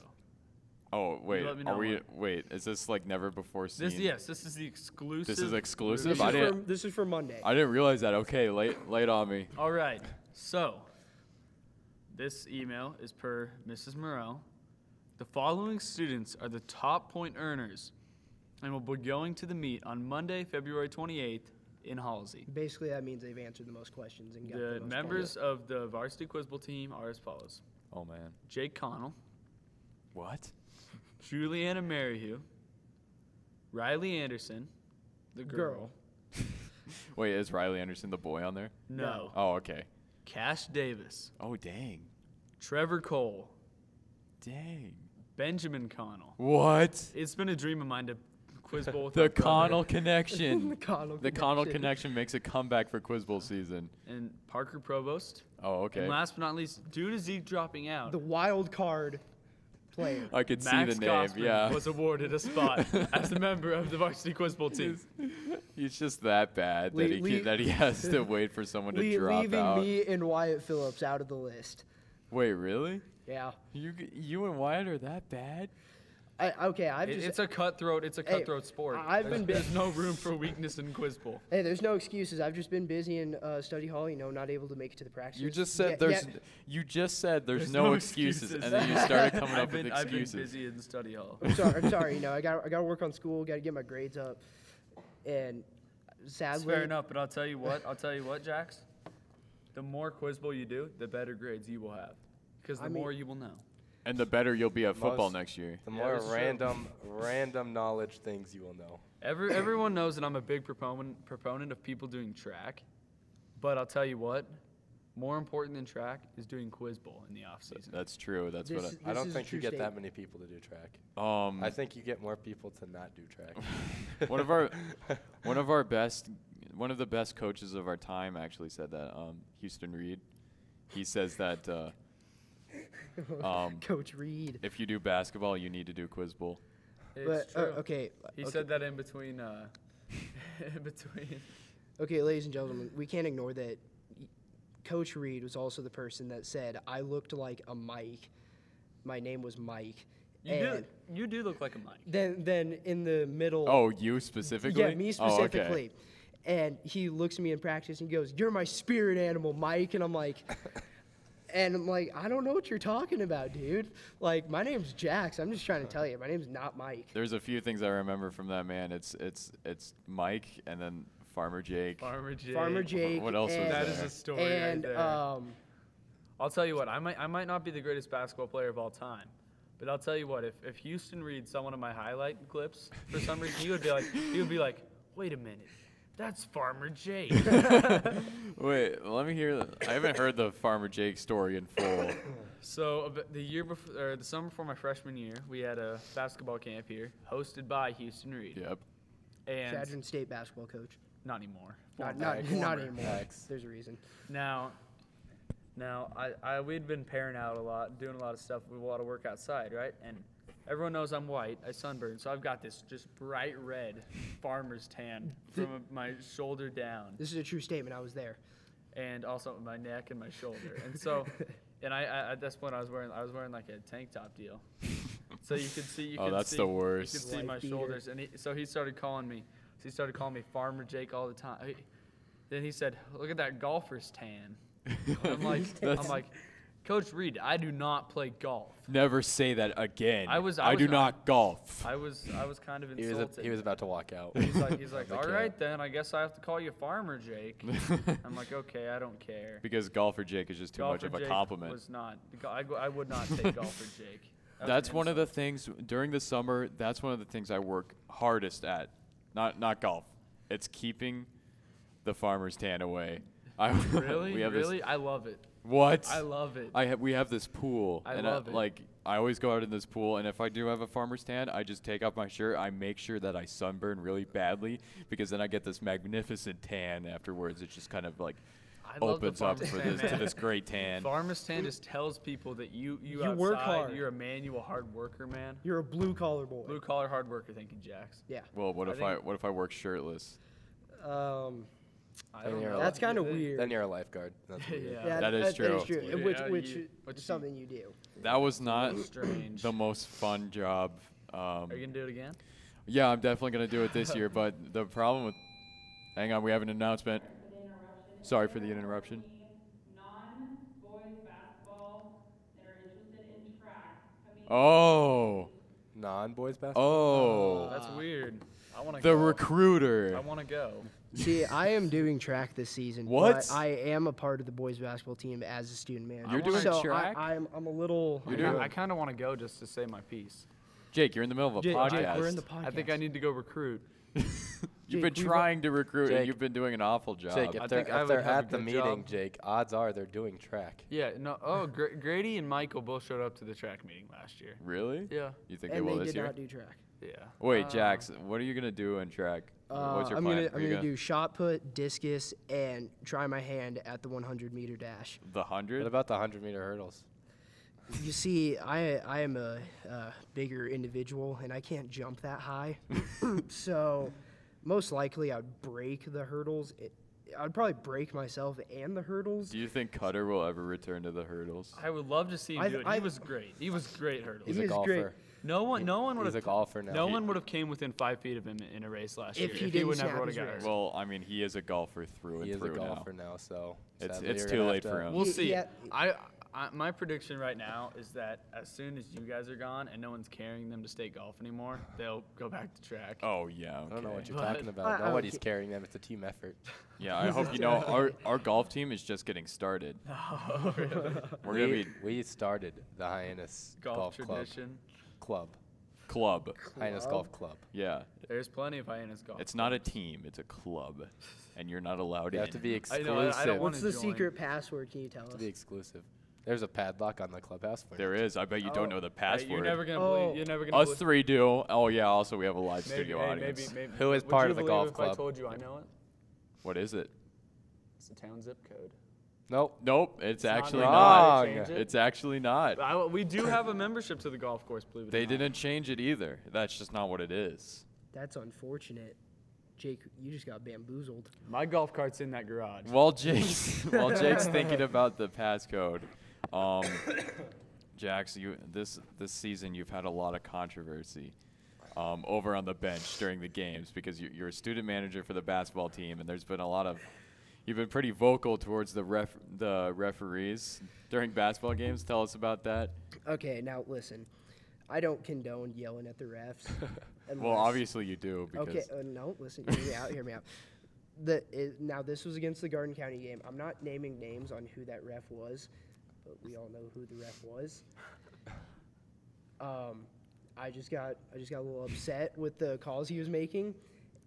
Speaker 2: oh wait,
Speaker 1: let me
Speaker 2: are
Speaker 1: know
Speaker 2: we?
Speaker 1: when.
Speaker 2: Wait, is this like never before seen?
Speaker 1: This yes, this is the exclusive.
Speaker 2: exclusive?
Speaker 4: this,
Speaker 2: I
Speaker 4: is for,
Speaker 2: didn't-
Speaker 4: this is for Monday.
Speaker 2: I didn't realize that. Okay, late late on me.
Speaker 1: All right. So, this email is per Mrs. Morel. The following students are the top point earners and will be going to the meet on Monday, February 28th in Halsey.
Speaker 4: Basically, that means they've answered the most questions and got the,
Speaker 1: The
Speaker 4: most
Speaker 1: members of the varsity quiz bowl team are as follows
Speaker 2: Oh man,
Speaker 1: Jake Connell,
Speaker 2: what?
Speaker 1: Juliana Merrihew, Riley Anderson, the girl.
Speaker 4: Girl.
Speaker 2: Wait, is Riley Anderson the boy on there?
Speaker 1: No.
Speaker 2: Oh okay.
Speaker 1: Cash Davis,
Speaker 2: Oh dang,
Speaker 1: Trevor Cole,
Speaker 2: dang.
Speaker 1: Benjamin Connell.
Speaker 2: What?
Speaker 1: It's been a dream of mine to quiz
Speaker 2: [LAUGHS]
Speaker 1: bowl with my
Speaker 2: The
Speaker 1: brother.
Speaker 2: Connell connection.
Speaker 4: [LAUGHS] The Connell
Speaker 2: The Connell
Speaker 4: connection.
Speaker 2: connection makes a comeback for Quiz Bowl season.
Speaker 1: and Parker Provost.
Speaker 2: Oh okay.
Speaker 1: And last but not least, due to Zeke dropping out,
Speaker 4: The wild card
Speaker 2: [LAUGHS]
Speaker 4: player.
Speaker 2: I could see
Speaker 1: Max
Speaker 2: the name.
Speaker 1: Gossman
Speaker 2: yeah.
Speaker 1: was awarded a spot as a member of the varsity quiz bowl team.
Speaker 2: [LAUGHS] He's just that bad
Speaker 4: Le-
Speaker 2: that he
Speaker 4: le-
Speaker 2: can, that he has to wait for someone to
Speaker 4: Le-
Speaker 2: drop
Speaker 4: leaving
Speaker 2: out.
Speaker 4: me and Wyatt Phillips out of the list.
Speaker 2: Wait, really?
Speaker 4: Yeah.
Speaker 2: You g- you and Wyatt are that bad?
Speaker 4: I, okay, I've
Speaker 1: It-
Speaker 4: just
Speaker 1: it's a cutthroat. It's a
Speaker 4: Hey,
Speaker 1: cutthroat sport.
Speaker 4: I've
Speaker 1: there's,
Speaker 4: been
Speaker 1: there's no room for weakness in quiz bowl.
Speaker 4: Hey, there's no excuses. I've just been busy in uh, study hall, you know, not able to make it to the practice.
Speaker 2: You just said there's you just said there's, no, excuses, and then you
Speaker 1: [LAUGHS]
Speaker 2: started coming
Speaker 1: I've
Speaker 2: up
Speaker 1: been,
Speaker 2: with
Speaker 1: I've been
Speaker 2: excuses.
Speaker 1: busy in study hall.
Speaker 2: [LAUGHS]
Speaker 4: I'm sorry, I'm sorry, you know, I got I got to work on school, got to get my grades up, and
Speaker 1: That's
Speaker 4: sadly,
Speaker 1: fair enough, but I'll tell you what. I'll tell you what, Jax. The more quiz bowl you do, the better grades you will have, because the
Speaker 4: I mean-
Speaker 1: more you will know.
Speaker 2: And the better you'll
Speaker 4: [LAUGHS]
Speaker 2: be at football
Speaker 3: Most-
Speaker 2: next year.
Speaker 3: The
Speaker 1: Yeah,
Speaker 3: more
Speaker 1: that's true.
Speaker 3: random, random knowledge things you will know.
Speaker 1: Every, everyone knows that I'm a big proponent proponent of people doing track, but I'll tell you what, more important than track is doing quiz bowl in the off season.
Speaker 2: That's true. That's
Speaker 4: This
Speaker 2: what.
Speaker 4: is-
Speaker 3: I don't
Speaker 4: a
Speaker 3: think you
Speaker 4: true
Speaker 3: get that
Speaker 4: statement.
Speaker 3: many people to do track.
Speaker 2: I,
Speaker 1: Mm.
Speaker 2: um,
Speaker 3: I think you get more people to not do track.
Speaker 2: one of
Speaker 4: [LAUGHS]
Speaker 2: our one of our best one of the best coaches of our time actually said that. Um, Houston Reed, he says that uh,
Speaker 4: [LAUGHS]
Speaker 2: um,
Speaker 4: Coach Reed.
Speaker 2: if you do basketball, you need to do quiz bowl.
Speaker 1: It's
Speaker 4: But,
Speaker 1: true.
Speaker 4: uh, okay,
Speaker 1: He
Speaker 4: okay,
Speaker 1: said that in between. Uh, [LAUGHS] in between.
Speaker 4: okay, ladies and gentlemen, we can't ignore that. Coach Reed was also the person that said I looked like a Mike. My name was Mike.
Speaker 1: You
Speaker 4: and
Speaker 1: do. You do look like a Mike.
Speaker 4: then then in the middle.
Speaker 2: Oh, you specifically?
Speaker 4: Yeah, me
Speaker 2: Oh, okay.
Speaker 4: specifically. And he looks at me in practice and he goes, "You're my spirit animal, Mike." And I'm like, and I'm like, I don't know what you're talking about, dude. Like, my name's Jax. I'm just trying to tell you, my name's not Mike.
Speaker 2: There's a few things I remember from that man. It's it's it's Mike and then Farmer Jake.
Speaker 1: Farmer Jake.
Speaker 4: Farmer Jake.
Speaker 2: what else was
Speaker 4: and,
Speaker 2: That is
Speaker 1: a story right
Speaker 4: And
Speaker 1: there.
Speaker 4: um,
Speaker 1: I'll tell you what. I might. I might not be the greatest basketball player of all time. But I'll tell you what, if, if Houston reads someone of my highlight clips for some reason, he would be like, he would be like, wait a minute, that's Farmer Jake. [LAUGHS]
Speaker 2: Wait, let me hear. The, I haven't heard the Farmer Jake story in full.
Speaker 1: So ab- the year before, or the summer before my freshman year, we had a basketball camp here, hosted by Houston Reed.
Speaker 2: yep.
Speaker 1: And
Speaker 4: Chadron State basketball coach.
Speaker 1: not anymore.
Speaker 4: [LAUGHS] Not,
Speaker 1: Former.
Speaker 4: not,
Speaker 3: Former.
Speaker 4: [LAUGHS] not anymore.
Speaker 3: Yikes.
Speaker 4: There's a reason.
Speaker 1: Now, now I, I we'd been pairing out a lot, doing a lot of stuff. We want to work outside, right? And everyone knows I'm white. I sunburn, so I've got this just bright red farmer's tan from my shoulder down,
Speaker 4: This is a true statement. I was there.
Speaker 1: and also my neck and my shoulder. And
Speaker 2: [LAUGHS]
Speaker 1: so, and I, I at this point I was wearing I was wearing like a tank top deal, so you could see you
Speaker 2: Oh,
Speaker 1: could
Speaker 2: that's
Speaker 1: see,
Speaker 2: the
Speaker 1: You
Speaker 2: worst.
Speaker 1: could see my
Speaker 4: Light beater.
Speaker 1: shoulders, and he, so he started calling me. So he started calling me Farmer Jake all the time. He- then he said, "Look at that golfer's tan." I'm like, I'm
Speaker 2: [LAUGHS] That's-
Speaker 1: like, Coach Reed, I do not play golf.
Speaker 2: Never say that again.
Speaker 1: I was- I
Speaker 2: I
Speaker 1: was-
Speaker 2: do not golf.
Speaker 1: I was, I was kind of
Speaker 3: He was,
Speaker 1: insulted.
Speaker 3: a, he was about to walk
Speaker 4: [LAUGHS]
Speaker 3: out.
Speaker 1: He's like, he's like,
Speaker 2: [LAUGHS]
Speaker 3: Of the
Speaker 1: all
Speaker 3: camp.
Speaker 1: right then, I guess I have to call you Farmer Jake. I'm like, okay, I don't care.
Speaker 2: because golfer Jake is just too much
Speaker 1: Golfer
Speaker 2: of a
Speaker 1: Jake
Speaker 2: compliment.
Speaker 1: Was not. I, go- I would not
Speaker 2: [LAUGHS]
Speaker 1: take golfer Jake. That was
Speaker 2: that's
Speaker 1: an
Speaker 2: one of the
Speaker 1: insult.
Speaker 2: things during the summer. That's one of the things I work hardest at. Not not golf. It's keeping the farmer's tan away. I,
Speaker 1: Really,
Speaker 2: [LAUGHS] we have this-
Speaker 1: really, I love it.
Speaker 2: what?
Speaker 1: I love it.
Speaker 2: I have we have this pool.
Speaker 1: I
Speaker 2: and
Speaker 1: love it.
Speaker 2: Like I always go out in this pool, and if I do have a farmer's tan, I just take off my shirt. I make sure that I sunburn really badly because then I get this magnificent tan afterwards. It just kind of like
Speaker 1: I love the
Speaker 2: opens up
Speaker 1: farmer's
Speaker 2: for
Speaker 1: tan,
Speaker 2: this to
Speaker 1: man.
Speaker 2: this great tan.
Speaker 1: Farmer's tan just tells people that you you,
Speaker 4: You work
Speaker 1: outside,
Speaker 4: hard.
Speaker 1: You're a manual hard worker, man.
Speaker 4: You're a blue collar boy.
Speaker 1: Blue collar hard worker. Thank you, Jax.
Speaker 4: Yeah.
Speaker 2: Well, what
Speaker 1: I
Speaker 2: if I
Speaker 1: think-
Speaker 2: what if I work shirtless?
Speaker 4: Um,
Speaker 1: I
Speaker 3: And
Speaker 1: don't
Speaker 3: you're
Speaker 1: know.
Speaker 3: like-
Speaker 4: that's
Speaker 1: You
Speaker 4: kind of
Speaker 1: think-
Speaker 4: weird.
Speaker 3: then you're a lifeguard. That's what
Speaker 1: Yeah.
Speaker 4: [LAUGHS] Yeah,
Speaker 2: That is
Speaker 4: That is
Speaker 2: true.
Speaker 4: true.
Speaker 1: Yeah,
Speaker 4: Which,
Speaker 1: you-
Speaker 4: which
Speaker 1: what you-
Speaker 4: is something you
Speaker 2: [LAUGHS]
Speaker 4: do.
Speaker 2: That was not
Speaker 1: strange.
Speaker 2: the most fun job. Um,
Speaker 1: Are you gonna do it again?
Speaker 2: yeah, I'm definitely gonna do it this year. But the problem with, hang on, we have an announcement. Sorry for the interruption.
Speaker 5: non-boys basketball that are interested in track coming
Speaker 2: Oh,
Speaker 3: Non boys basketball?
Speaker 2: oh,
Speaker 1: That's weird. I want to.
Speaker 2: the
Speaker 1: go. I
Speaker 2: recruiter.
Speaker 1: want to go.
Speaker 4: See, I am doing track this season.
Speaker 2: What?
Speaker 4: But I am a part of the boys basketball team as a student manager.
Speaker 2: You're doing
Speaker 4: so
Speaker 2: track?
Speaker 4: I, I'm, I'm a little.
Speaker 2: You're
Speaker 1: I
Speaker 2: doing-
Speaker 1: kinda- I kind of want to go just to say my piece.
Speaker 2: Jake, you're in the middle of a
Speaker 4: Jake,
Speaker 2: podcast.
Speaker 4: Jake, we're in the podcast.
Speaker 1: I think I need to go recruit.
Speaker 2: You've
Speaker 4: Jake,
Speaker 2: been
Speaker 4: we've-
Speaker 2: trying to recruit, and
Speaker 3: Jake.
Speaker 2: you've been doing an awful job.
Speaker 3: Jake,
Speaker 1: I
Speaker 3: if they're,
Speaker 1: think I
Speaker 3: if
Speaker 1: would
Speaker 3: they're
Speaker 1: have a
Speaker 3: at the
Speaker 1: good
Speaker 3: meeting,
Speaker 1: job.
Speaker 3: Jake, odds are they're doing track.
Speaker 1: Yeah. No. Oh, Gra- Grady and Michael both showed up to the track meeting last year.
Speaker 2: really?
Speaker 1: Yeah.
Speaker 2: You think they
Speaker 4: And
Speaker 2: will
Speaker 4: they
Speaker 2: this
Speaker 4: did
Speaker 2: year?
Speaker 4: not do track.
Speaker 1: Yeah.
Speaker 2: Wait,
Speaker 1: Uh,
Speaker 2: Jax, what are you gonna do in track?
Speaker 4: Uh,
Speaker 2: What's your
Speaker 4: I'm
Speaker 2: plan?
Speaker 4: gonna
Speaker 2: Are
Speaker 4: I'm
Speaker 2: you
Speaker 4: gonna do shot put, discus, and try my hand at the 100 meter dash.
Speaker 2: the
Speaker 3: What
Speaker 2: hundred.
Speaker 3: about the 100 meter hurdles?
Speaker 2: [LAUGHS]
Speaker 4: You see, I I am a, uh bigger individual and I can't jump that
Speaker 2: [LAUGHS]
Speaker 4: high, [LAUGHS] so most likely I'd break the hurdles. It, I'd probably break myself and the hurdles.
Speaker 2: Do you think Cutter will ever return to the hurdles?
Speaker 1: I would love to see him
Speaker 4: I-
Speaker 1: do it.
Speaker 4: I-
Speaker 1: he was great. He was great hurdles.
Speaker 3: He's a
Speaker 4: is great.
Speaker 3: golfer.
Speaker 1: No one, no one would
Speaker 3: He's
Speaker 1: have.
Speaker 3: a golfer now.
Speaker 1: No
Speaker 3: He-
Speaker 1: one would have came within five feet of him in a race last
Speaker 4: If
Speaker 1: year.
Speaker 4: he
Speaker 1: if he
Speaker 4: didn't
Speaker 1: would never
Speaker 4: snap
Speaker 1: would have
Speaker 4: his
Speaker 1: got
Speaker 4: wrist.
Speaker 1: hurt.
Speaker 2: Well, I mean, he is a golfer through and
Speaker 3: He is a
Speaker 2: through now.
Speaker 3: golfer now, so
Speaker 2: It's-
Speaker 3: sadly
Speaker 2: it's
Speaker 3: you're
Speaker 2: too
Speaker 3: gonna have
Speaker 2: late for
Speaker 3: to-
Speaker 2: him.
Speaker 1: We'll
Speaker 4: He-
Speaker 1: see.
Speaker 4: yeah.
Speaker 1: I, I my prediction right now is that as soon as you guys are gone and no one's carrying them to state golf anymore, they'll go back to track.
Speaker 2: Oh yeah. Okay.
Speaker 3: I don't know what you're
Speaker 1: But-
Speaker 3: talking
Speaker 4: I- I
Speaker 3: about.
Speaker 4: don't
Speaker 3: Nobody's
Speaker 4: ca-
Speaker 3: carrying them. It's a team effort.
Speaker 2: [LAUGHS] Yeah, I hope you know
Speaker 3: [LAUGHS]
Speaker 2: our our golf team is just getting
Speaker 4: [LAUGHS]
Speaker 2: started.
Speaker 4: Oh,
Speaker 2: We're gonna
Speaker 3: we,
Speaker 2: be
Speaker 3: we started the Hyannis
Speaker 1: golf,
Speaker 3: Golf,
Speaker 1: tradition.
Speaker 3: Club. Club.
Speaker 2: club.
Speaker 3: Hyannis Golf Club.
Speaker 2: Yeah,
Speaker 1: There's plenty of hyenas golf.
Speaker 2: it's not a team, it's a club, and you're not allowed
Speaker 3: You
Speaker 2: in.
Speaker 3: have to be
Speaker 1: I
Speaker 3: exclusive.
Speaker 1: know, I- I don't wanna-
Speaker 4: What's the
Speaker 1: join.
Speaker 4: secret password? Can you tell
Speaker 3: to
Speaker 4: us?
Speaker 3: be exclusive. There's a padlock on the clubhouse. for
Speaker 2: there
Speaker 3: it.
Speaker 2: is. I bet you don't know the
Speaker 1: Hey,
Speaker 2: password.
Speaker 1: You're never gonna
Speaker 4: Oh.
Speaker 1: believe. You're never gonna
Speaker 2: Us
Speaker 1: believe.
Speaker 2: three do. Oh yeah. Also, we have a live
Speaker 1: Maybe,
Speaker 2: studio
Speaker 1: hey,
Speaker 2: audience.
Speaker 1: maybe- maybe-
Speaker 3: Who is
Speaker 1: would
Speaker 3: part
Speaker 1: you
Speaker 3: of the
Speaker 1: believe
Speaker 3: golf
Speaker 1: if I
Speaker 3: club?
Speaker 1: told you I know it.
Speaker 2: What is it?
Speaker 1: It's the town zip code.
Speaker 3: Nope.
Speaker 2: Nope. It's,
Speaker 1: not
Speaker 2: actually
Speaker 1: even-
Speaker 2: not.
Speaker 3: Wrong.
Speaker 1: Change it.
Speaker 2: It's actually not.
Speaker 1: I, we do have a membership to the golf course, believe it
Speaker 2: They
Speaker 1: or not.
Speaker 2: didn't change it either. That's just not what it is.
Speaker 4: That's unfortunate. Jake, you just got bamboozled.
Speaker 1: My golf cart's in that garage.
Speaker 2: While
Speaker 4: [LAUGHS]
Speaker 2: Jake's while Jake's thinking about the passcode, um, [COUGHS] Jax, you this this season you've had a lot of controversy um, over on the bench during the games because you, you're a student manager for the basketball team, and there's been a lot of you've been pretty vocal towards the ref the referees during basketball games. Tell us about
Speaker 4: [LAUGHS]
Speaker 2: that.
Speaker 4: Okay, now listen. I don't condone yelling at
Speaker 2: [LAUGHS]
Speaker 4: the refs.
Speaker 2: Well,
Speaker 4: unless-
Speaker 2: obviously you do because
Speaker 4: Okay, uh, no, listen, hear me out, hear me out. The, it, now, this was against the Garden County game. I'm not naming names on who that ref was, but we all know who the ref was. Um, I just got I just got a little upset with the calls he was making,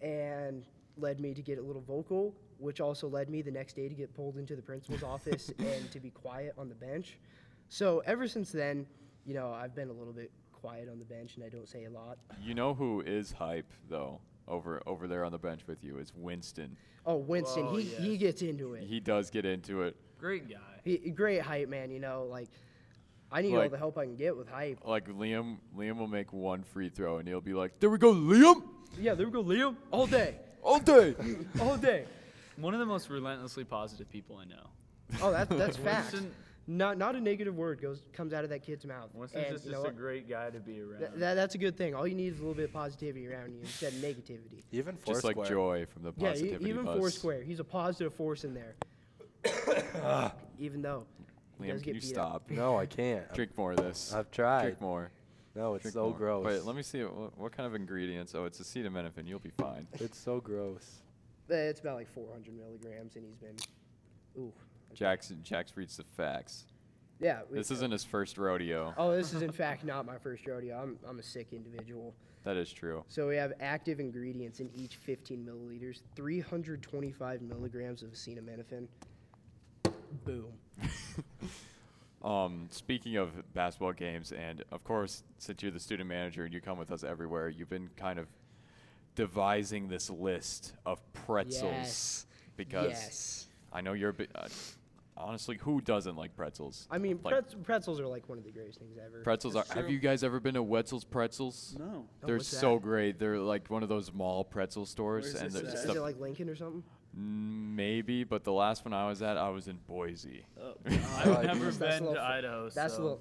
Speaker 4: and led me to get a little vocal, which also led me the next day to get pulled into the principal's office and to be quiet on the bench. So ever since then, you know, I've been a little bit quiet on the bench and I don't say a lot.
Speaker 2: you know who is hype though. over over there on the bench with you is Winston.
Speaker 4: Oh, Winston,
Speaker 1: Whoa,
Speaker 4: he, he
Speaker 1: yes.
Speaker 4: gets into it.
Speaker 2: He does get into it.
Speaker 1: Great guy.
Speaker 4: He, great hype, man. You know, like I need all
Speaker 2: Like-
Speaker 4: the help I can get with hype.
Speaker 2: Like Liam, Liam will make one free throw and he'll be like, "There we go, Liam,
Speaker 4: Yeah, there we go, Liam. All day,
Speaker 2: [LAUGHS] all day."
Speaker 4: all day.
Speaker 1: One of the most relentlessly positive people I know.
Speaker 4: Oh, that's
Speaker 2: [LAUGHS]
Speaker 4: that's fact.
Speaker 1: Winston-
Speaker 4: Not not a negative word goes comes out of that kid's mouth.
Speaker 1: Winston's
Speaker 4: And
Speaker 1: just,
Speaker 4: you know
Speaker 1: just a
Speaker 4: what?
Speaker 1: great guy to be around.
Speaker 4: Th- that, that's a good thing. All you need is a little bit of positivity around you instead of negativity.
Speaker 3: Even
Speaker 2: Just
Speaker 3: Foursquare.
Speaker 2: like joy from the
Speaker 4: Yeah,
Speaker 2: positivity
Speaker 4: e- even
Speaker 2: bus.
Speaker 4: Foursquare, he's a positive force
Speaker 2: [COUGHS]
Speaker 4: in there. even though he does
Speaker 2: Liam,
Speaker 4: get
Speaker 2: can you
Speaker 4: beat up.
Speaker 2: stop?
Speaker 3: No, I can't.
Speaker 2: Drink more of this.
Speaker 3: I've tried.
Speaker 2: Drink more.
Speaker 3: No, it's
Speaker 2: Drink
Speaker 3: so
Speaker 2: more.
Speaker 3: gross.
Speaker 2: Wait, let me see what, what kind of ingredients. Oh, it's acetaminophen. You'll be fine.
Speaker 3: It's so gross.
Speaker 4: Uh, It's about like 400 milligrams, and he's been, ooh,
Speaker 2: Jackson, Jax reads the facts.
Speaker 4: yeah. we-
Speaker 2: This isn't his first rodeo.
Speaker 4: Oh, this is in fact not my first rodeo. I'm I'm a sick individual.
Speaker 2: That is true.
Speaker 4: So we have active ingredients in each 15 milliliters, 325 milligrams of acetaminophen. Boom.
Speaker 2: Um, speaking of basketball games, and of course, since you're the student manager and you come with us everywhere, you've been kind of devising this list of pretzels
Speaker 4: Yes.
Speaker 2: because
Speaker 4: yes.
Speaker 2: I know you're. a bi- Uh, honestly, who doesn't like pretzels?
Speaker 4: I mean,
Speaker 2: Like,
Speaker 4: pretz- pretzels are like one of the greatest things ever.
Speaker 2: pretzels are.
Speaker 1: That's
Speaker 2: Have
Speaker 1: true.
Speaker 2: you guys ever been to Wetzel's Pretzels?
Speaker 1: No.
Speaker 4: Oh,
Speaker 2: They're
Speaker 4: what's
Speaker 2: so
Speaker 4: that?
Speaker 2: great. They're like one of those mall pretzel stores,
Speaker 1: Where is
Speaker 2: and
Speaker 1: this
Speaker 2: they're
Speaker 1: at?
Speaker 4: is,
Speaker 2: just
Speaker 4: it- is
Speaker 2: a-
Speaker 4: it like Lincoln or something?
Speaker 2: maybe. But the last one I was at, I was in Boise.
Speaker 3: like
Speaker 1: I've never
Speaker 3: these.
Speaker 4: Oh, That's a
Speaker 1: been to
Speaker 4: little-
Speaker 1: Idaho.
Speaker 4: That's
Speaker 1: so.
Speaker 4: a little.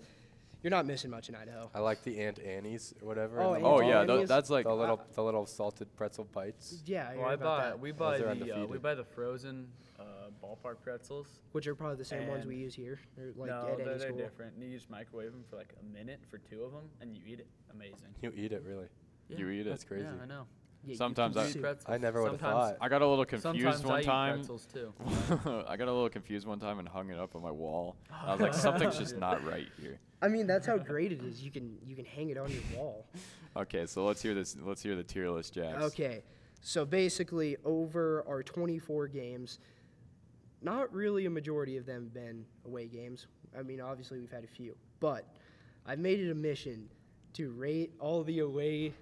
Speaker 4: You're not missing much in Idaho.
Speaker 3: I like the Aunt Annie's or whatever.
Speaker 4: Oh,
Speaker 3: the
Speaker 4: Aunt
Speaker 2: Oh
Speaker 4: Well,
Speaker 2: yeah,
Speaker 4: it
Speaker 2: tho-
Speaker 4: means-
Speaker 2: that's like
Speaker 3: the little the little salted pretzel bites.
Speaker 4: Yeah, I
Speaker 1: Well,
Speaker 4: heard
Speaker 1: I
Speaker 4: about
Speaker 1: buy
Speaker 4: that.
Speaker 1: we buy
Speaker 3: Those are
Speaker 1: the uh, we
Speaker 3: undefeated.
Speaker 1: buy the frozen uh, ballpark pretzels.
Speaker 4: Which are probably the same ones we
Speaker 1: And-
Speaker 4: use here, or like
Speaker 1: no,
Speaker 4: at
Speaker 1: they're,
Speaker 4: any
Speaker 1: they're
Speaker 4: school.
Speaker 1: different. You just microwave them for like a minute for two of them, and you eat it. Amazing.
Speaker 3: You eat it really.
Speaker 2: you eat
Speaker 3: That's
Speaker 2: it.
Speaker 3: crazy.
Speaker 1: Yeah, I know.
Speaker 4: Yeah, you
Speaker 2: Sometimes
Speaker 4: can
Speaker 2: I-
Speaker 4: see-
Speaker 1: pretzels.
Speaker 3: I never would have
Speaker 1: Sometimes-
Speaker 3: thought.
Speaker 2: I got a little confused
Speaker 1: Sometimes I
Speaker 2: one
Speaker 1: eat
Speaker 2: time.
Speaker 1: pretzels too.
Speaker 2: [LAUGHS] I got a little confused one time and hung it up on my wall. I was like, something's
Speaker 4: [LAUGHS]
Speaker 2: just not right here.
Speaker 4: I mean, that's how great it is. You can you can hang it on your wall.
Speaker 2: Okay, so let's hear this. Let's hear the tier list, Jax.
Speaker 4: Okay, so basically, over our 24 games, not really a majority of them have been away games. I mean, obviously we've had a few, but I've made it a mission to rate all the away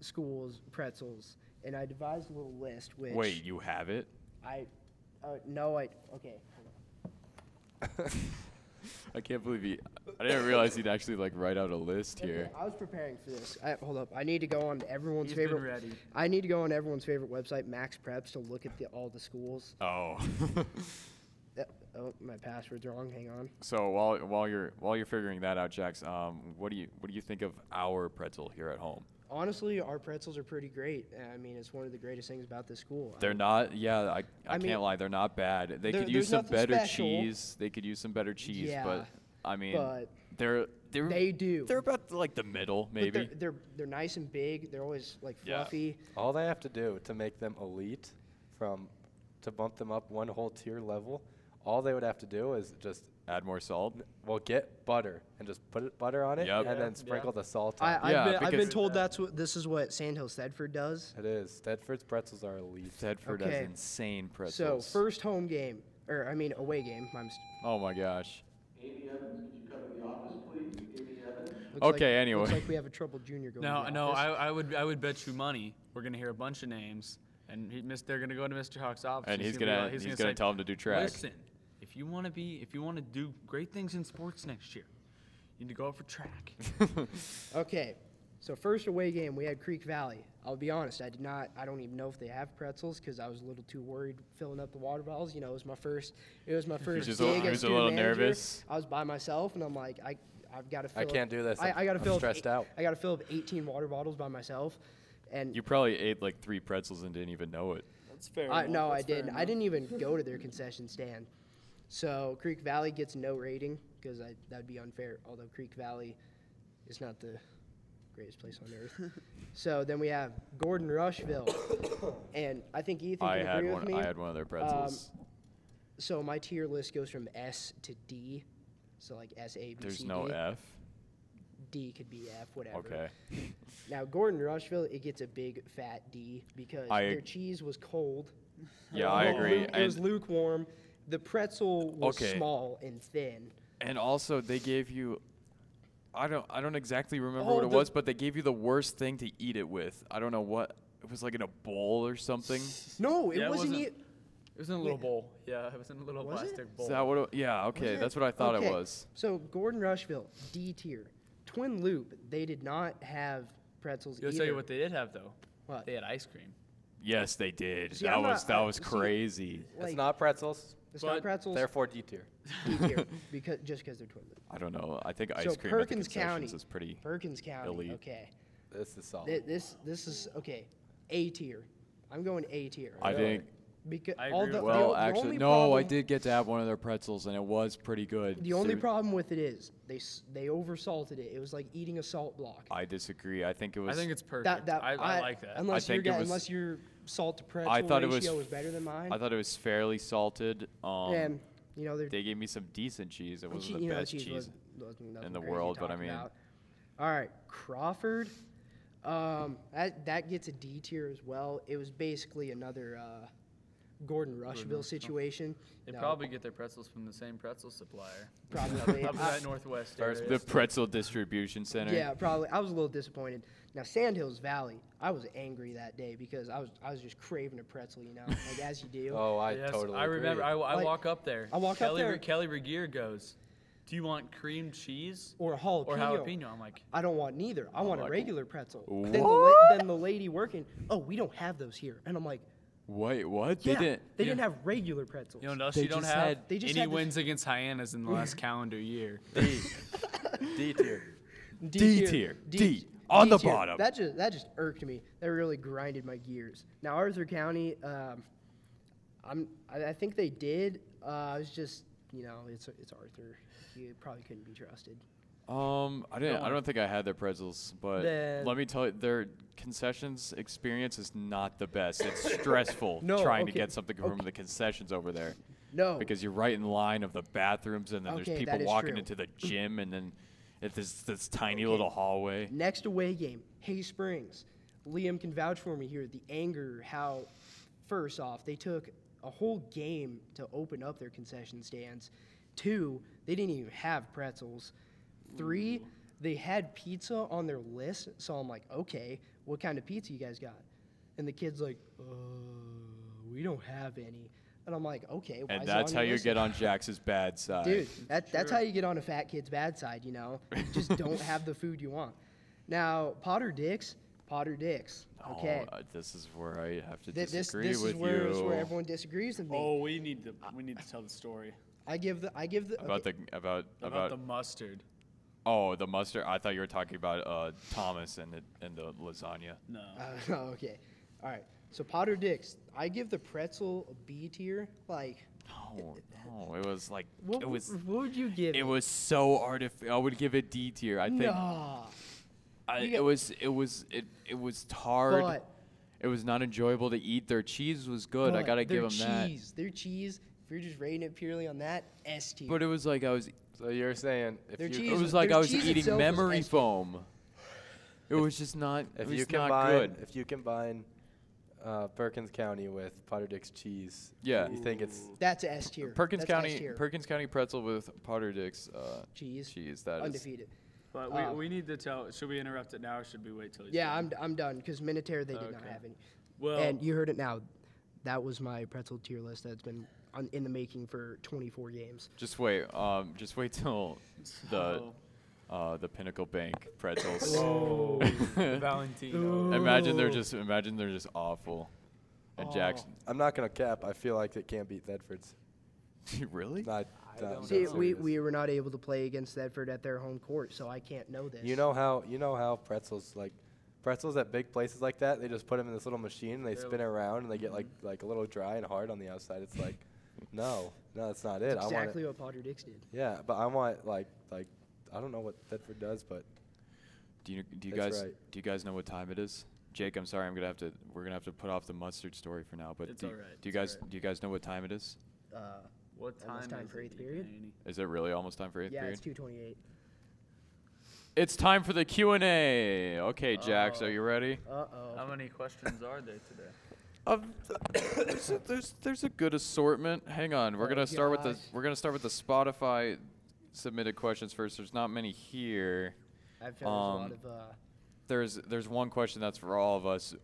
Speaker 4: schools pretzels, and I devised a little list. Which
Speaker 2: Wait, you have it?
Speaker 4: I uh, no, I okay. hold on.
Speaker 2: I can't believe he. I didn't realize he'd actually like write out a list here.
Speaker 4: I was preparing for this. I, hold up, I need to go on to everyone's
Speaker 1: He's been
Speaker 4: favorite.
Speaker 1: ready.
Speaker 4: I need to go on everyone's favorite website, Max Preps, to look at the, all the schools.
Speaker 2: Oh. [LAUGHS]
Speaker 4: That- oh, my password's wrong. Hang on.
Speaker 2: so while while you're while you're figuring that out, Jax, um, what do you what do you think of our pretzel here at home?
Speaker 4: Honestly, our pretzels are pretty great. Uh, I mean, it's one of the greatest things about this school.
Speaker 2: They're not. Yeah, I, I,
Speaker 4: I
Speaker 2: can't
Speaker 4: mean,
Speaker 2: lie. They're not bad. They
Speaker 4: there-
Speaker 2: could use
Speaker 4: there's
Speaker 2: some
Speaker 4: nothing
Speaker 2: better
Speaker 4: special.
Speaker 2: cheese. They could use some better cheese,
Speaker 4: Yeah,
Speaker 2: but I mean,
Speaker 4: but
Speaker 2: they're they're
Speaker 4: they do.
Speaker 2: They're about like the middle,
Speaker 4: But
Speaker 2: maybe.
Speaker 4: They're, they're they're nice and big. They're always like
Speaker 2: Yeah.
Speaker 4: fluffy.
Speaker 3: All they have to do to make them elite, from to bump them up one whole tier level, all they would have to do is just
Speaker 2: Add more salt.
Speaker 3: well get butter and just put it, butter on it
Speaker 2: Yep.
Speaker 3: and
Speaker 1: Yeah,
Speaker 3: then sprinkle
Speaker 1: yeah.
Speaker 3: the salt. on
Speaker 4: I,
Speaker 2: Yeah,
Speaker 4: I've, been, I've been
Speaker 2: because-
Speaker 4: told that's what this is what Sandhill Stedford does.
Speaker 3: it. It is. Stedford's pretzels are elite.
Speaker 2: Tedford
Speaker 4: Okay.
Speaker 2: has insane
Speaker 4: So
Speaker 2: pretzels.
Speaker 4: first home game, or I mean away game. My mis-
Speaker 2: oh my gosh.
Speaker 6: Amy Evans, could you come to the office, please? Amy Evans.
Speaker 4: looks like-
Speaker 2: Okay, anyway.
Speaker 4: looks like we have a troubled junior going.
Speaker 1: No,
Speaker 4: to the
Speaker 1: no,
Speaker 4: office.
Speaker 1: I, I would I would bet you money we're gonna hear a bunch of names, and he, Miss, they're gonna go to Mr. Hawk's office,
Speaker 2: And he's
Speaker 1: be
Speaker 2: gonna-
Speaker 1: like-
Speaker 2: he's gonna
Speaker 1: say,
Speaker 2: tell him to do track.
Speaker 1: Listen, if you want to be if you want to do great things in sports next year, you need to go out for
Speaker 2: [LAUGHS]
Speaker 1: track.
Speaker 4: Okay, so first away game we had Creek Valley. I'll be honest, I did not. I don't even know if they have pretzels because I was a little too worried filling up the water bottles. You know, it was my first. It was my first.
Speaker 2: just a- [LAUGHS]
Speaker 4: gig
Speaker 2: he
Speaker 4: as
Speaker 2: was a
Speaker 4: student
Speaker 2: little
Speaker 4: manager.
Speaker 2: nervous.
Speaker 4: I was by myself, and I'm like, I, I've got to.
Speaker 3: I can't do this,
Speaker 4: I,
Speaker 3: I'm-
Speaker 4: I got to
Speaker 3: I'm
Speaker 4: fill up
Speaker 3: stressed
Speaker 4: eight-
Speaker 3: out.
Speaker 4: I got to fill up 18 water bottles by myself, and
Speaker 2: You probably ate like three pretzels and didn't even know it.
Speaker 1: That's fair.
Speaker 4: I, no, I didn't. I didn't even go
Speaker 1: [LAUGHS]
Speaker 4: to their concession stand. So Creek Valley gets no rating because that'd be unfair. Although Creek Valley is not the greatest place on earth.
Speaker 1: [LAUGHS]
Speaker 4: so then we have
Speaker 1: [COUGHS]
Speaker 4: Gordon Rushville, and I think Ethan
Speaker 2: I
Speaker 4: can
Speaker 2: had
Speaker 4: agree
Speaker 2: one.
Speaker 4: with me. Um,
Speaker 2: I had one of their pretzels.
Speaker 4: So my tier list goes from S to D. So like S A B
Speaker 2: There's
Speaker 4: C,
Speaker 2: no
Speaker 4: D.
Speaker 2: F.
Speaker 4: D could be F, whatever. [LAUGHS]
Speaker 2: Okay.
Speaker 4: Now Gordon Rushville, it gets a big fat D because
Speaker 2: I-
Speaker 4: their cheese was cold.
Speaker 2: Yeah, I
Speaker 4: It was
Speaker 2: agree.
Speaker 4: luke- it was
Speaker 2: And-
Speaker 4: lukewarm. The pretzel was
Speaker 2: Okay.
Speaker 4: small and thin.
Speaker 2: And also, they gave you. I don't. I don't exactly remember
Speaker 4: Oh,
Speaker 2: what it
Speaker 4: the-
Speaker 2: was, but they gave you the worst thing to eat it with. I don't know what. it was like in a bowl or something. Is
Speaker 4: No, it
Speaker 1: Yeah, it
Speaker 4: wasn't.
Speaker 1: wasn't-
Speaker 4: e-
Speaker 1: It was in a little bowl. Yeah, it was in a little
Speaker 4: Was it?
Speaker 1: plastic bowl.
Speaker 2: that what? It, yeah.
Speaker 4: was
Speaker 2: Okay,
Speaker 4: it?
Speaker 2: that's what I thought
Speaker 4: Okay,
Speaker 2: it was.
Speaker 4: So Gordon Rushville, D tier, Twin Loop. They did not have pretzels
Speaker 1: I'll
Speaker 4: either.
Speaker 1: tell you what they did have though.
Speaker 4: What?
Speaker 1: They had ice cream.
Speaker 2: Yes, they did.
Speaker 4: See,
Speaker 2: that
Speaker 4: I'm
Speaker 2: was
Speaker 4: not-
Speaker 2: that
Speaker 4: I-
Speaker 2: was
Speaker 4: see-
Speaker 2: crazy.
Speaker 4: like,
Speaker 3: it's not pretzels,
Speaker 4: it's not
Speaker 1: but
Speaker 4: pretzels.
Speaker 3: therefore D tier.
Speaker 2: [LAUGHS]
Speaker 4: D tier because just because they're Twin Loop.
Speaker 2: I don't know. I think ice
Speaker 4: so
Speaker 2: cream
Speaker 4: Perkins
Speaker 2: at the concessions
Speaker 4: County
Speaker 2: is pretty.
Speaker 4: Perkins County.
Speaker 2: elite.
Speaker 4: Okay.
Speaker 3: This is solid.
Speaker 4: Th- This this is okay. A tier. I'm going A tier.
Speaker 2: I think.
Speaker 4: Because
Speaker 1: I agree
Speaker 4: all
Speaker 1: with
Speaker 4: the,
Speaker 1: that.
Speaker 4: the-
Speaker 2: Well,
Speaker 4: the
Speaker 2: actually,
Speaker 4: only
Speaker 2: no. I
Speaker 4: problem-
Speaker 2: did get to have one of their pretzels, and it was pretty good.
Speaker 4: The only
Speaker 2: They-
Speaker 4: problem with it is they s- they oversalted it. It was like eating a salt block.
Speaker 2: I disagree. I think it was.
Speaker 1: I think it's perfect.
Speaker 4: That, that,
Speaker 1: I, I, like that.
Speaker 4: Unless your
Speaker 2: think it
Speaker 4: guy-
Speaker 2: was-
Speaker 4: unless your salt to pretzel
Speaker 2: I thought it was
Speaker 4: ratio
Speaker 2: f-
Speaker 4: was better than mine.
Speaker 2: I thought it was fairly salted. Um,
Speaker 4: and you know they're
Speaker 2: they gave me some decent cheese. It
Speaker 4: che-
Speaker 2: wasn't
Speaker 4: you
Speaker 2: the
Speaker 4: know,
Speaker 2: best
Speaker 4: cheese
Speaker 2: cheese.
Speaker 4: wasn't- wasn't nothing
Speaker 2: the
Speaker 4: crazy to
Speaker 2: world, but I
Speaker 4: talk
Speaker 2: mean-
Speaker 4: about. all right, Crawford. Um, that that gets a D tier as well. It was basically another uh, Gordon Rushville situation.
Speaker 1: They
Speaker 4: No,
Speaker 1: probably get their pretzels from the same pretzel supplier. [LAUGHS]
Speaker 4: probably.
Speaker 1: Up in
Speaker 4: I-
Speaker 1: that Northwest
Speaker 3: First
Speaker 1: area.
Speaker 2: The pretzel distribution center.
Speaker 4: Yeah, probably. I was a little disappointed. Now Sand Hills Valley, I was angry that day because I was I was just craving a pretzel, you know, like as you do.
Speaker 3: [LAUGHS] Oh, I
Speaker 1: Yes,
Speaker 3: totally.
Speaker 1: I remember. I,
Speaker 3: agree.
Speaker 1: I
Speaker 4: Like,
Speaker 1: walk up there.
Speaker 4: I walk up
Speaker 1: Kelly,
Speaker 4: there-
Speaker 1: Re- Kelly Regeer goes, "Do you want cream cheese
Speaker 4: Or a jalapeno.
Speaker 1: or jalapeno?" I'm like,
Speaker 4: I don't want neither. I want a
Speaker 2: like-
Speaker 4: regular pretzel. Then the, la- then the lady working, oh, we don't have those here, and I'm like,
Speaker 2: Wait, what?
Speaker 4: yeah,
Speaker 2: They didn't.
Speaker 4: they didn't have regular pretzels.
Speaker 1: "You know, what else
Speaker 2: They
Speaker 1: you don't
Speaker 2: just
Speaker 1: have
Speaker 2: had-
Speaker 4: They just
Speaker 1: any
Speaker 4: had this-
Speaker 1: wins against hyenas in the
Speaker 4: [LAUGHS]
Speaker 1: last calendar year."
Speaker 3: D. [LAUGHS] D tier.
Speaker 2: D tier. D. On the
Speaker 4: tier.
Speaker 2: bottom.
Speaker 4: That just that just irked me. That really grinded my gears. Now Arthur County, um, I'm I, I think they did. Uh, I was just you know it's it's Arthur. He probably couldn't be trusted.
Speaker 2: Um, I didn't. I don't think I had their pretzels, but
Speaker 4: Then-
Speaker 2: let me tell you, their concessions experience is not the best. It's stressful
Speaker 4: [LAUGHS] No,
Speaker 2: trying to
Speaker 4: okay,
Speaker 2: get something from the concessions over there.
Speaker 4: No.
Speaker 2: because you're right in line of the bathrooms, and then
Speaker 4: Okay,
Speaker 2: there's
Speaker 4: that
Speaker 2: people
Speaker 4: is
Speaker 2: walking
Speaker 4: true.
Speaker 2: into the gym, and then if there's
Speaker 4: [COUGHS]
Speaker 2: this tiny little hallway.
Speaker 4: Next away game, Hay Springs. Liam can vouch for me here. The anger, how first off they took a whole game to open up their concession stands. Two, they didn't even have pretzels. Three, they had pizza on their list, so I'm like, okay, what kind of pizza you guys got? And the kid's like, uh, we don't have any. And I'm like, okay, why is
Speaker 2: And
Speaker 4: it
Speaker 2: that's
Speaker 4: on
Speaker 2: how
Speaker 4: your
Speaker 2: you
Speaker 4: list?"
Speaker 2: get on Jax's bad side.
Speaker 4: Dude, that, that's how you get on a fat kid's bad side, you know? You
Speaker 2: [LAUGHS]
Speaker 4: just don't have the food you want. Now, Potter Dicks, Potter Dicks.
Speaker 2: Oh,
Speaker 4: Okay.
Speaker 2: uh, this is where I have to
Speaker 4: Th- this
Speaker 2: disagree
Speaker 4: this
Speaker 2: with
Speaker 4: is where, is
Speaker 2: you Oh.
Speaker 4: where everyone disagrees with me.
Speaker 1: Oh, we need to we need to tell the story
Speaker 4: I give the I give the
Speaker 2: about
Speaker 4: okay,
Speaker 2: the about
Speaker 1: about
Speaker 2: about
Speaker 1: the mustard.
Speaker 2: oh the mustard. I thought you were talking about uh, Thomas and the, and the lasagna.
Speaker 1: No,
Speaker 4: uh, okay. [LAUGHS] All right. So Potter Dicks, I give the pretzel a B tier. Like
Speaker 2: No, no, it was like
Speaker 4: what,
Speaker 2: it was
Speaker 4: what would you give?
Speaker 2: it was so artificial. I would give it D tier. I think
Speaker 4: Nah.
Speaker 2: I,
Speaker 4: you
Speaker 2: it
Speaker 4: got-
Speaker 2: was it was it it was hard.
Speaker 4: But-
Speaker 2: it was not enjoyable to eat. Their cheese was good. I
Speaker 4: But
Speaker 2: gotta give
Speaker 4: their
Speaker 2: them that.
Speaker 4: cheese, Their cheese, if you're just rating it purely on that, S tier.
Speaker 2: But it was like I was
Speaker 3: So you're saying if
Speaker 4: Their
Speaker 3: you
Speaker 2: it
Speaker 4: cheese-
Speaker 2: was like
Speaker 4: their
Speaker 2: I was
Speaker 4: cheese
Speaker 2: eating
Speaker 4: itself was
Speaker 2: memory
Speaker 4: extra.
Speaker 2: foam. It was just not. it
Speaker 3: if
Speaker 2: was
Speaker 3: you
Speaker 2: not
Speaker 3: combine
Speaker 2: good.
Speaker 3: if you combine uh, Perkins County with Potter Dick's cheese,
Speaker 2: Yeah.
Speaker 3: you think it's
Speaker 4: that's a S tier.
Speaker 2: Perkins
Speaker 4: That's S
Speaker 2: County
Speaker 4: tier.
Speaker 2: Perkins County pretzel with Potter Dick's uh,
Speaker 4: cheese.
Speaker 2: Cheese that is
Speaker 4: undefeated.
Speaker 1: but we, we need to tell. Should we interrupt it now, or should we wait till? He's
Speaker 4: Ah. Yeah,
Speaker 1: done?
Speaker 4: I'm, I'm done because Minotaur they did not
Speaker 1: Okay.
Speaker 4: have any.
Speaker 1: Well-
Speaker 4: and you heard it now. That was my pretzel tier list that's been on, in the making for 24 games.
Speaker 2: Just wait. Um, just wait till the
Speaker 3: Oh.
Speaker 1: So-
Speaker 2: uh, the Pinnacle Bank pretzels.
Speaker 1: Oh, the Valentino.
Speaker 2: [LAUGHS] imagine they're just imagine they're just awful. And Jackson, [LAUGHS]
Speaker 3: I'm not gonna cap. I feel like it can't beat Thetford's.
Speaker 2: really?
Speaker 3: Not, not
Speaker 1: Oh,
Speaker 4: See,
Speaker 3: not
Speaker 4: we,
Speaker 3: serious.
Speaker 4: we were not able to play against Thetford at their home court, so I can't know this.
Speaker 3: You know how you know how pretzels like pretzels at big places like that. They just put them in this little machine and they spin it around and they get like
Speaker 4: Mm-hmm.
Speaker 3: like a little dry and hard on the outside. It's
Speaker 4: [LAUGHS]
Speaker 3: like, no, no, that's not it.
Speaker 4: That's
Speaker 3: I want
Speaker 4: exactly
Speaker 3: it,
Speaker 4: what Potter Dix did.
Speaker 3: yeah, but I want like like I don't know what Thetford does, but
Speaker 2: Do you do you
Speaker 3: That's
Speaker 2: guys
Speaker 3: right.
Speaker 2: do you guys know what time it is? Jake, I'm sorry, I'm gonna have to we're gonna have to put off the mustard story for now. But
Speaker 1: It's
Speaker 2: do, you-
Speaker 1: alright,
Speaker 2: do you
Speaker 1: it's
Speaker 2: guys do you guys know what time it is?
Speaker 4: Uh,
Speaker 1: What time?
Speaker 4: Almost time
Speaker 1: is
Speaker 4: for
Speaker 1: it,
Speaker 4: eighth period?
Speaker 1: Annie?
Speaker 2: Is it really almost time for eighth
Speaker 4: yeah,
Speaker 2: period?
Speaker 4: it's 228.
Speaker 2: It's time for the Q and A. Okay, Jax, are you ready?
Speaker 4: Uh oh.
Speaker 1: How many questions are there today?
Speaker 2: [COUGHS] there's, a, Um, there's there's a good assortment. Hang on, we're
Speaker 4: Oh,
Speaker 2: gonna start with the
Speaker 4: gosh.
Speaker 2: we're gonna start with the Spotify submitted questions first. There's not many here.
Speaker 4: I've found there's
Speaker 2: um,
Speaker 4: a lot of. Uh,
Speaker 2: There's there's one question that's for all of us.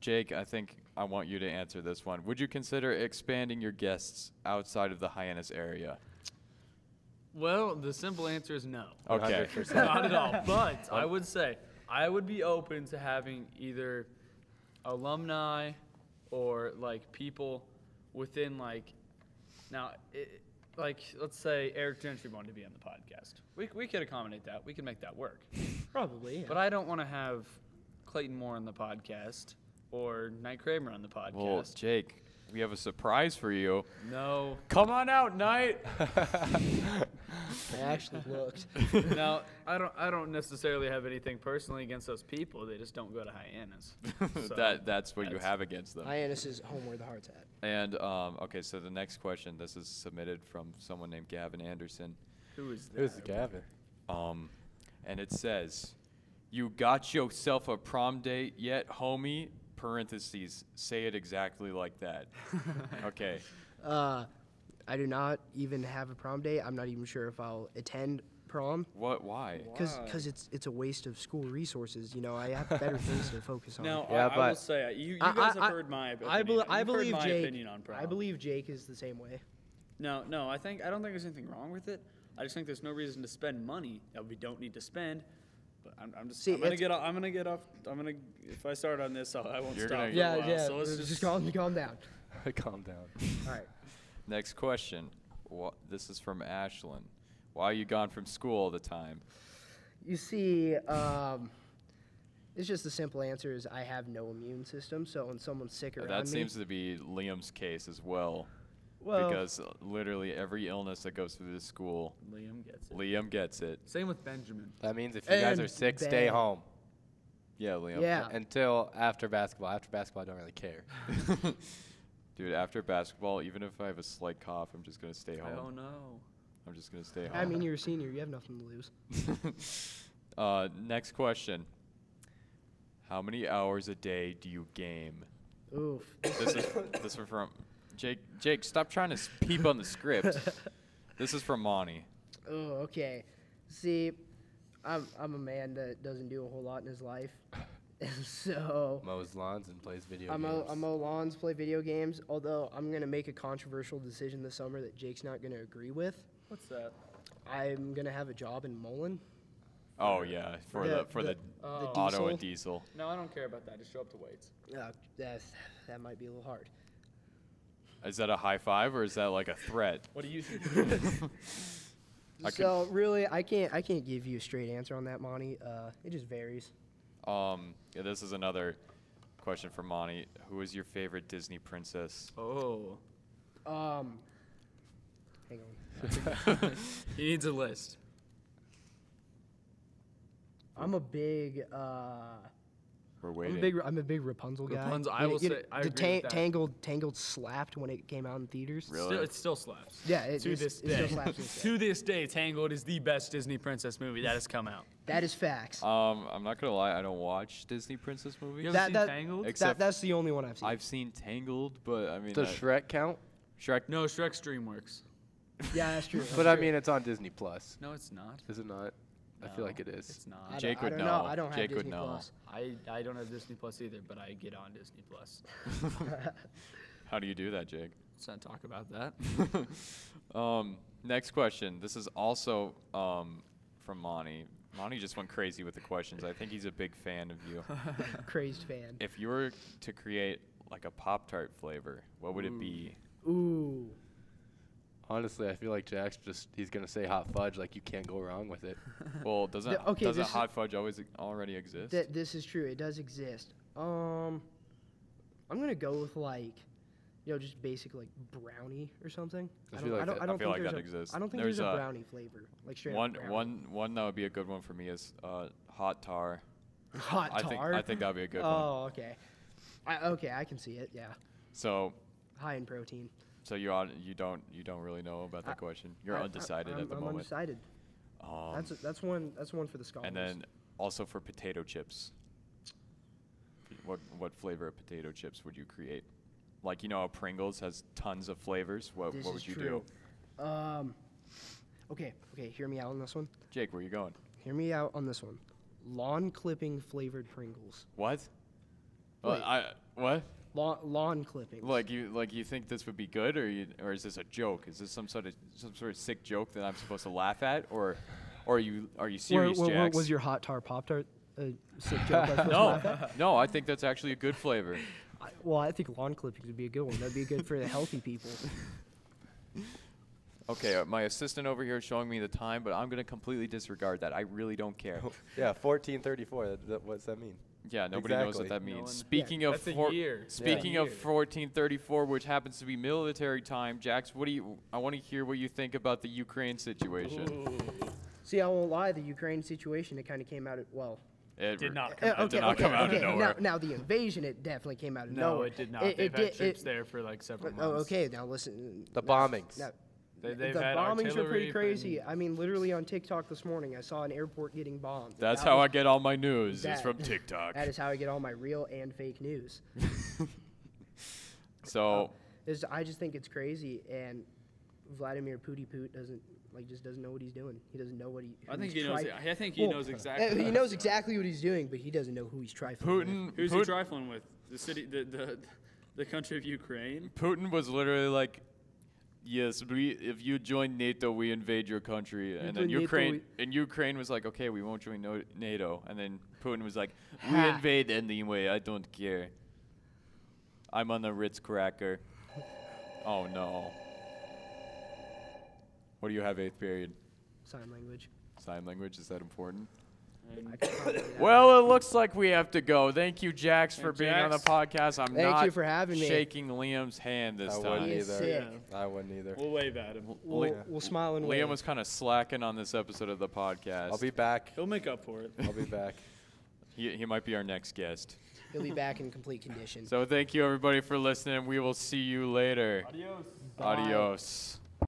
Speaker 2: Jake, I think I want you to answer this one. Would you consider expanding your guests outside of the Hyannis area?
Speaker 1: Well, the simple answer is no.
Speaker 2: Okay.
Speaker 1: [LAUGHS]
Speaker 3: 100%.
Speaker 1: Not at all. But I would say I would be open to having either alumni or like people within like now it, like let's say Eric Gentry wanted to be on the podcast. We we could accommodate that. We could make that work.
Speaker 4: Probably. Yeah.
Speaker 1: But I don't want to have Clayton Moore on the podcast or Knight Kramer on the podcast.
Speaker 2: Well, Jake, we have a surprise for you. [LAUGHS]
Speaker 1: no.
Speaker 2: Come on out,
Speaker 4: [LAUGHS]
Speaker 2: Knight.
Speaker 4: I actually
Speaker 1: [LAUGHS]
Speaker 4: looked.
Speaker 1: now, I don't I don't necessarily have anything personally against those people. They just don't go to
Speaker 2: [LAUGHS]
Speaker 1: hyenas. So-
Speaker 2: that that's what you
Speaker 1: that's-
Speaker 2: have against them.
Speaker 4: Hyannis is home where the heart's at.
Speaker 2: And um, okay, so the next question. This is submitted from someone named Gavin Anderson.
Speaker 1: Who is that?
Speaker 3: Who's the Gavin? [LAUGHS]
Speaker 2: Um, and it says, "You got yourself a prom date yet, homie?" Parentheses. Say it exactly like that. okay.
Speaker 4: Uh, I do not even have a prom date. I'm not even sure if I'll attend prom
Speaker 2: What? Why?
Speaker 4: because it's it's a waste of school resources. You know, I have better things to focus on.
Speaker 1: Now,
Speaker 3: Yeah,
Speaker 1: I, I will
Speaker 3: but-
Speaker 1: say, uh, you, you
Speaker 4: I-
Speaker 1: guys
Speaker 4: I-
Speaker 1: have heard my opinion.
Speaker 4: I, bel-
Speaker 1: You've
Speaker 4: I
Speaker 1: heard
Speaker 4: believe
Speaker 1: my
Speaker 4: Jake.
Speaker 1: opinion on prom.
Speaker 4: I believe Jake is the same way.
Speaker 1: No, no, I think I don't think there's anything wrong with it. I just think there's no reason to spend money that we don't need to spend. But I'm, I'm just
Speaker 4: See,
Speaker 1: I'm gonna
Speaker 4: it's-
Speaker 1: get off, I'm gonna get off I'm gonna if I start on this I'll, I will not
Speaker 2: You're
Speaker 1: stop.
Speaker 2: gonna-
Speaker 1: for a
Speaker 4: Yeah,
Speaker 1: while,
Speaker 4: yeah.
Speaker 1: So let's
Speaker 4: just,
Speaker 1: just,
Speaker 4: calm, calm down.
Speaker 3: Calm down.
Speaker 4: All right.
Speaker 2: Next question. Wha this is from Ashlyn. Why are you gone from school all the time?
Speaker 4: You see, um, it's just the simple answer is I have no immune system. So when someone's sick
Speaker 2: Uh,
Speaker 4: around
Speaker 2: That
Speaker 4: me,
Speaker 2: seems to be Liam's case as well.
Speaker 4: Well-
Speaker 2: because uh, literally every illness that goes through the school,
Speaker 1: [LAUGHS] Liam gets it.
Speaker 2: Liam gets it.
Speaker 1: Same with Benjamin.
Speaker 3: That means if you guys are
Speaker 4: And
Speaker 3: sick, stay
Speaker 4: bang.
Speaker 3: home
Speaker 2: Yeah, Liam.
Speaker 4: Yeah.
Speaker 3: until after basketball. After basketball, I don't really care.
Speaker 2: [LAUGHS] Dude, after basketball, even if I have a slight cough, I'm just gonna stay
Speaker 1: I don't
Speaker 2: home.
Speaker 1: know.
Speaker 2: I'm just gonna stay home.
Speaker 4: I mean, you're a senior. You have nothing to lose.
Speaker 2: [LAUGHS] uh, next question. How many hours a day do you game?
Speaker 4: Oof.
Speaker 2: This is [COUGHS] this is from Jake. Jake, stop trying to s- peep on the script. This is from Monty.
Speaker 4: Oh, okay. See, I'm I'm a man that doesn't do a whole lot in his life, [LAUGHS] and so
Speaker 3: Mows lawns and plays video
Speaker 4: I'm
Speaker 3: games.
Speaker 4: out, I'm out lawns, play video games. Although I'm gonna make a controversial decision this summer that Jake's not gonna agree with.
Speaker 1: What's that?
Speaker 4: I'm gonna have a job in Mullen.
Speaker 2: Oh yeah, for the,
Speaker 4: The-
Speaker 2: for the,
Speaker 4: the- uh, the
Speaker 2: auto and diesel.
Speaker 1: No, I don't care about that. Just show up to weights.
Speaker 4: Uh, that that might be a little hard.
Speaker 2: Is that a high five or is that like a threat?
Speaker 1: What do you think?
Speaker 2: [LAUGHS]
Speaker 1: [LAUGHS]
Speaker 2: I could-
Speaker 4: so really, I can't I can't give you a straight answer on that, Monty. Uh, it just varies.
Speaker 2: Um, yeah, this is another question for Monty. Who is your favorite Disney princess?
Speaker 1: oh.
Speaker 4: Um, hang on.
Speaker 1: He needs a list.
Speaker 4: I'm a big uh,
Speaker 2: We're
Speaker 4: I'm
Speaker 2: waiting.
Speaker 4: a big I'm a big Rapunzel guy.
Speaker 1: Rapunzel, I
Speaker 4: You know-
Speaker 1: will
Speaker 4: you know,
Speaker 1: say- I
Speaker 4: the
Speaker 1: agree with that.
Speaker 4: Tangled Tangled slapped when it came out in theaters.
Speaker 2: Really?
Speaker 1: Still, it still slaps.
Speaker 4: Yeah, it,
Speaker 1: to
Speaker 4: it's-
Speaker 1: this
Speaker 4: it
Speaker 1: day.
Speaker 4: still slaps me.
Speaker 1: [LAUGHS] to this day, Tangled is the best Disney princess movie that has come out.
Speaker 4: That is facts.
Speaker 2: um, I'm not gonna lie, I don't watch Disney princess movies.
Speaker 1: You ever
Speaker 4: That-
Speaker 1: seen
Speaker 4: that-
Speaker 1: Tangled?
Speaker 2: Ex-
Speaker 4: that,
Speaker 2: except-
Speaker 4: that's the only one I've seen.
Speaker 2: I've seen Tangled, but I mean
Speaker 3: Does
Speaker 2: I-
Speaker 3: Shrek count?
Speaker 2: Shrek.
Speaker 1: no, Shrek's DreamWorks.
Speaker 4: [LAUGHS] yeah, that's true.
Speaker 3: But I mean, it's on Disney Plus.
Speaker 1: No, it's not.
Speaker 3: Is it not? I feel like it is.
Speaker 1: It's
Speaker 4: I
Speaker 1: not.
Speaker 4: don't-
Speaker 2: Jake
Speaker 4: I
Speaker 2: would
Speaker 4: don't
Speaker 2: know.
Speaker 4: I don't have
Speaker 2: Jake would
Speaker 4: Disney
Speaker 2: know.
Speaker 4: Plus.
Speaker 1: I, I don't have Disney Plus either, but I get on Disney Plus.
Speaker 2: How do you do that, Jake? [LAUGHS]
Speaker 1: Let's not talk about that.
Speaker 2: um, next question. This is also um, from Monty. Monty just went crazy with the questions. I think he's a big fan of
Speaker 4: [LAUGHS]
Speaker 2: you.
Speaker 4: Crazed fan.
Speaker 2: if you were to create like a Pop Tart flavor, what would it be?
Speaker 4: Ooh.
Speaker 3: Honestly, I feel like Jack's just—he's gonna say hot fudge. Like you can't go wrong with it.
Speaker 2: Well, doesn't
Speaker 4: [LAUGHS] The- okay,
Speaker 2: doesn't
Speaker 4: this is-
Speaker 2: hot fudge always already exist?
Speaker 4: Th- this is true. It does exist. Um, I'm gonna go with like, you know, just basic like brownie or something.
Speaker 3: I
Speaker 4: I
Speaker 3: feel
Speaker 4: don't,
Speaker 3: like
Speaker 4: I don't,
Speaker 3: that-
Speaker 4: I
Speaker 2: I
Speaker 4: don't
Speaker 2: feel
Speaker 4: think
Speaker 2: like
Speaker 4: there's
Speaker 2: that
Speaker 4: a,
Speaker 2: exists.
Speaker 4: I don't think
Speaker 2: There's
Speaker 4: there's, a,
Speaker 2: a-
Speaker 4: brownie flavor. Like straight
Speaker 2: one
Speaker 4: up brownie.
Speaker 2: one one that would be a good one for me is uh, hot tar.
Speaker 4: hot
Speaker 2: I think
Speaker 4: tar.
Speaker 2: I think that'd be a good one.
Speaker 4: oh, okay. I, okay, I can see it. Yeah,
Speaker 2: So
Speaker 4: high in protein.
Speaker 2: so you ought, you don't you don't really know about that question. You're
Speaker 4: I- I-
Speaker 2: undecided
Speaker 4: I'm-
Speaker 2: at the
Speaker 4: I'm
Speaker 2: moment.
Speaker 4: Undecided.
Speaker 2: Um,
Speaker 4: That's a, that's one that's one for the scholars.
Speaker 2: and then also for potato chips. What what flavor of potato chips would you create? Like you know how Pringles has tons of flavors. What
Speaker 4: This
Speaker 2: what
Speaker 4: is
Speaker 2: would you do?
Speaker 4: true. um, okay, okay, hear me out on this one.
Speaker 2: Jake, where you going?
Speaker 4: Hear me out on this one. Lawn clipping flavored Pringles.
Speaker 2: What? Well,
Speaker 4: Wait.
Speaker 2: I what?
Speaker 4: Lawn, lawn clippings.
Speaker 2: Like you like you think this would be good, or you, or is this a joke? Is this some sort of some sort of sick joke that I'm supposed to laugh at, or or are you are you
Speaker 4: Wha-
Speaker 2: serious,
Speaker 4: wha- wha-
Speaker 2: Jax?
Speaker 4: was your hot tar pop tart a
Speaker 2: [LAUGHS]
Speaker 4: sick joke? I was supposed to laugh at?
Speaker 2: no, no, I think that's actually a good flavor.
Speaker 4: I, well, I think lawn clippings would be a good one. That'd be good for the healthy people.
Speaker 2: Okay, uh, my assistant over here is showing me the time, but I'm gonna completely disregard that. I really don't care.
Speaker 3: [LAUGHS] Yeah, 1434. That, that, what's that mean?
Speaker 2: Yeah, nobody knows what
Speaker 3: Exactly.
Speaker 2: that
Speaker 1: No
Speaker 2: means.
Speaker 1: one-
Speaker 2: speaking of
Speaker 1: That's a
Speaker 2: four-
Speaker 1: year. That's a
Speaker 2: speaking of
Speaker 1: year.
Speaker 2: 1434, which happens to be military time, Jax, what do you? I want to hear what you think about the Ukraine situation.
Speaker 4: [LAUGHS] See, I won't lie. The Ukraine situation, it kind of came out of well.
Speaker 2: It
Speaker 7: Did not
Speaker 4: Uh,
Speaker 7: come
Speaker 2: did not come out of
Speaker 4: now-
Speaker 2: nowhere.
Speaker 4: Now, the invasion, it definitely came out of
Speaker 1: No,
Speaker 4: nowhere.
Speaker 1: it did not. They've had
Speaker 4: did-
Speaker 1: troops
Speaker 4: it-
Speaker 1: there for like several months.
Speaker 4: Oh, okay. Now listen.
Speaker 3: The
Speaker 4: now-
Speaker 3: bombings.
Speaker 4: now-
Speaker 1: They- they've
Speaker 4: the
Speaker 1: had
Speaker 4: bombings are
Speaker 1: artillery
Speaker 4: pretty crazy.
Speaker 1: and-
Speaker 4: I mean, literally on TikTok this morning, I saw an airport getting bombed.
Speaker 2: That's how I get all my news.
Speaker 4: That-
Speaker 2: is
Speaker 1: [LAUGHS]
Speaker 2: from TikTok.
Speaker 4: That is how I get all my real and fake news.
Speaker 2: [LAUGHS] so
Speaker 4: Is I just think it's crazy, and Vladimir Pooty Poot doesn't like just doesn't know what he's doing. He doesn't know what he.
Speaker 1: I
Speaker 4: who
Speaker 1: think
Speaker 4: he's
Speaker 1: he knows.
Speaker 4: tri-
Speaker 1: I think he
Speaker 4: Well, [LAUGHS]
Speaker 1: knows
Speaker 4: uh,
Speaker 1: exactly.
Speaker 4: he knows exactly what he's doing, but he doesn't know who he's trifling. with. [LAUGHS]
Speaker 2: Putin,
Speaker 7: [LAUGHS] Who's he
Speaker 2: Putin,
Speaker 7: trifling with? The city, the, the, the country of Ukraine?
Speaker 2: Putin was literally like, "Yes, we, if you join NATO, we invade your country." And then
Speaker 4: join NATO,
Speaker 2: Ukraine,
Speaker 4: we-
Speaker 2: and Ukraine was like, "Okay, we won't join no- NATO." And then Putin was like, "We
Speaker 4: Ha.
Speaker 2: invade anyway. I don't care. I'm on the Ritz cracker." Oh no. What do you have eighth period?
Speaker 4: Sign language.
Speaker 2: Sign language is that important?
Speaker 7: Um,
Speaker 4: I
Speaker 7: [COUGHS]
Speaker 4: could probably not-
Speaker 2: Well, it looks like we have to go. Thank you, Jax, for
Speaker 7: Thanks,
Speaker 2: being on the
Speaker 7: Jax.
Speaker 2: podcast. I'm
Speaker 4: Thank
Speaker 2: not
Speaker 4: you for having me.
Speaker 2: shaking Liam's hand this
Speaker 3: I
Speaker 2: time.
Speaker 3: wouldn't
Speaker 4: He is
Speaker 3: either.
Speaker 4: sick.
Speaker 3: I wouldn't either.
Speaker 7: We'll wave at him.
Speaker 4: we'll,
Speaker 2: Li-
Speaker 4: we'll smile and
Speaker 2: Liam
Speaker 4: wave.
Speaker 2: was kind of slacking on this episode of the podcast.
Speaker 3: I'll be back.
Speaker 7: He'll make up for it.
Speaker 3: I'll be back.
Speaker 2: he, he might be our next guest.
Speaker 4: He'll be back in complete condition.
Speaker 2: So thank you everybody for listening. We will see you later.
Speaker 7: Adios.
Speaker 2: Adios.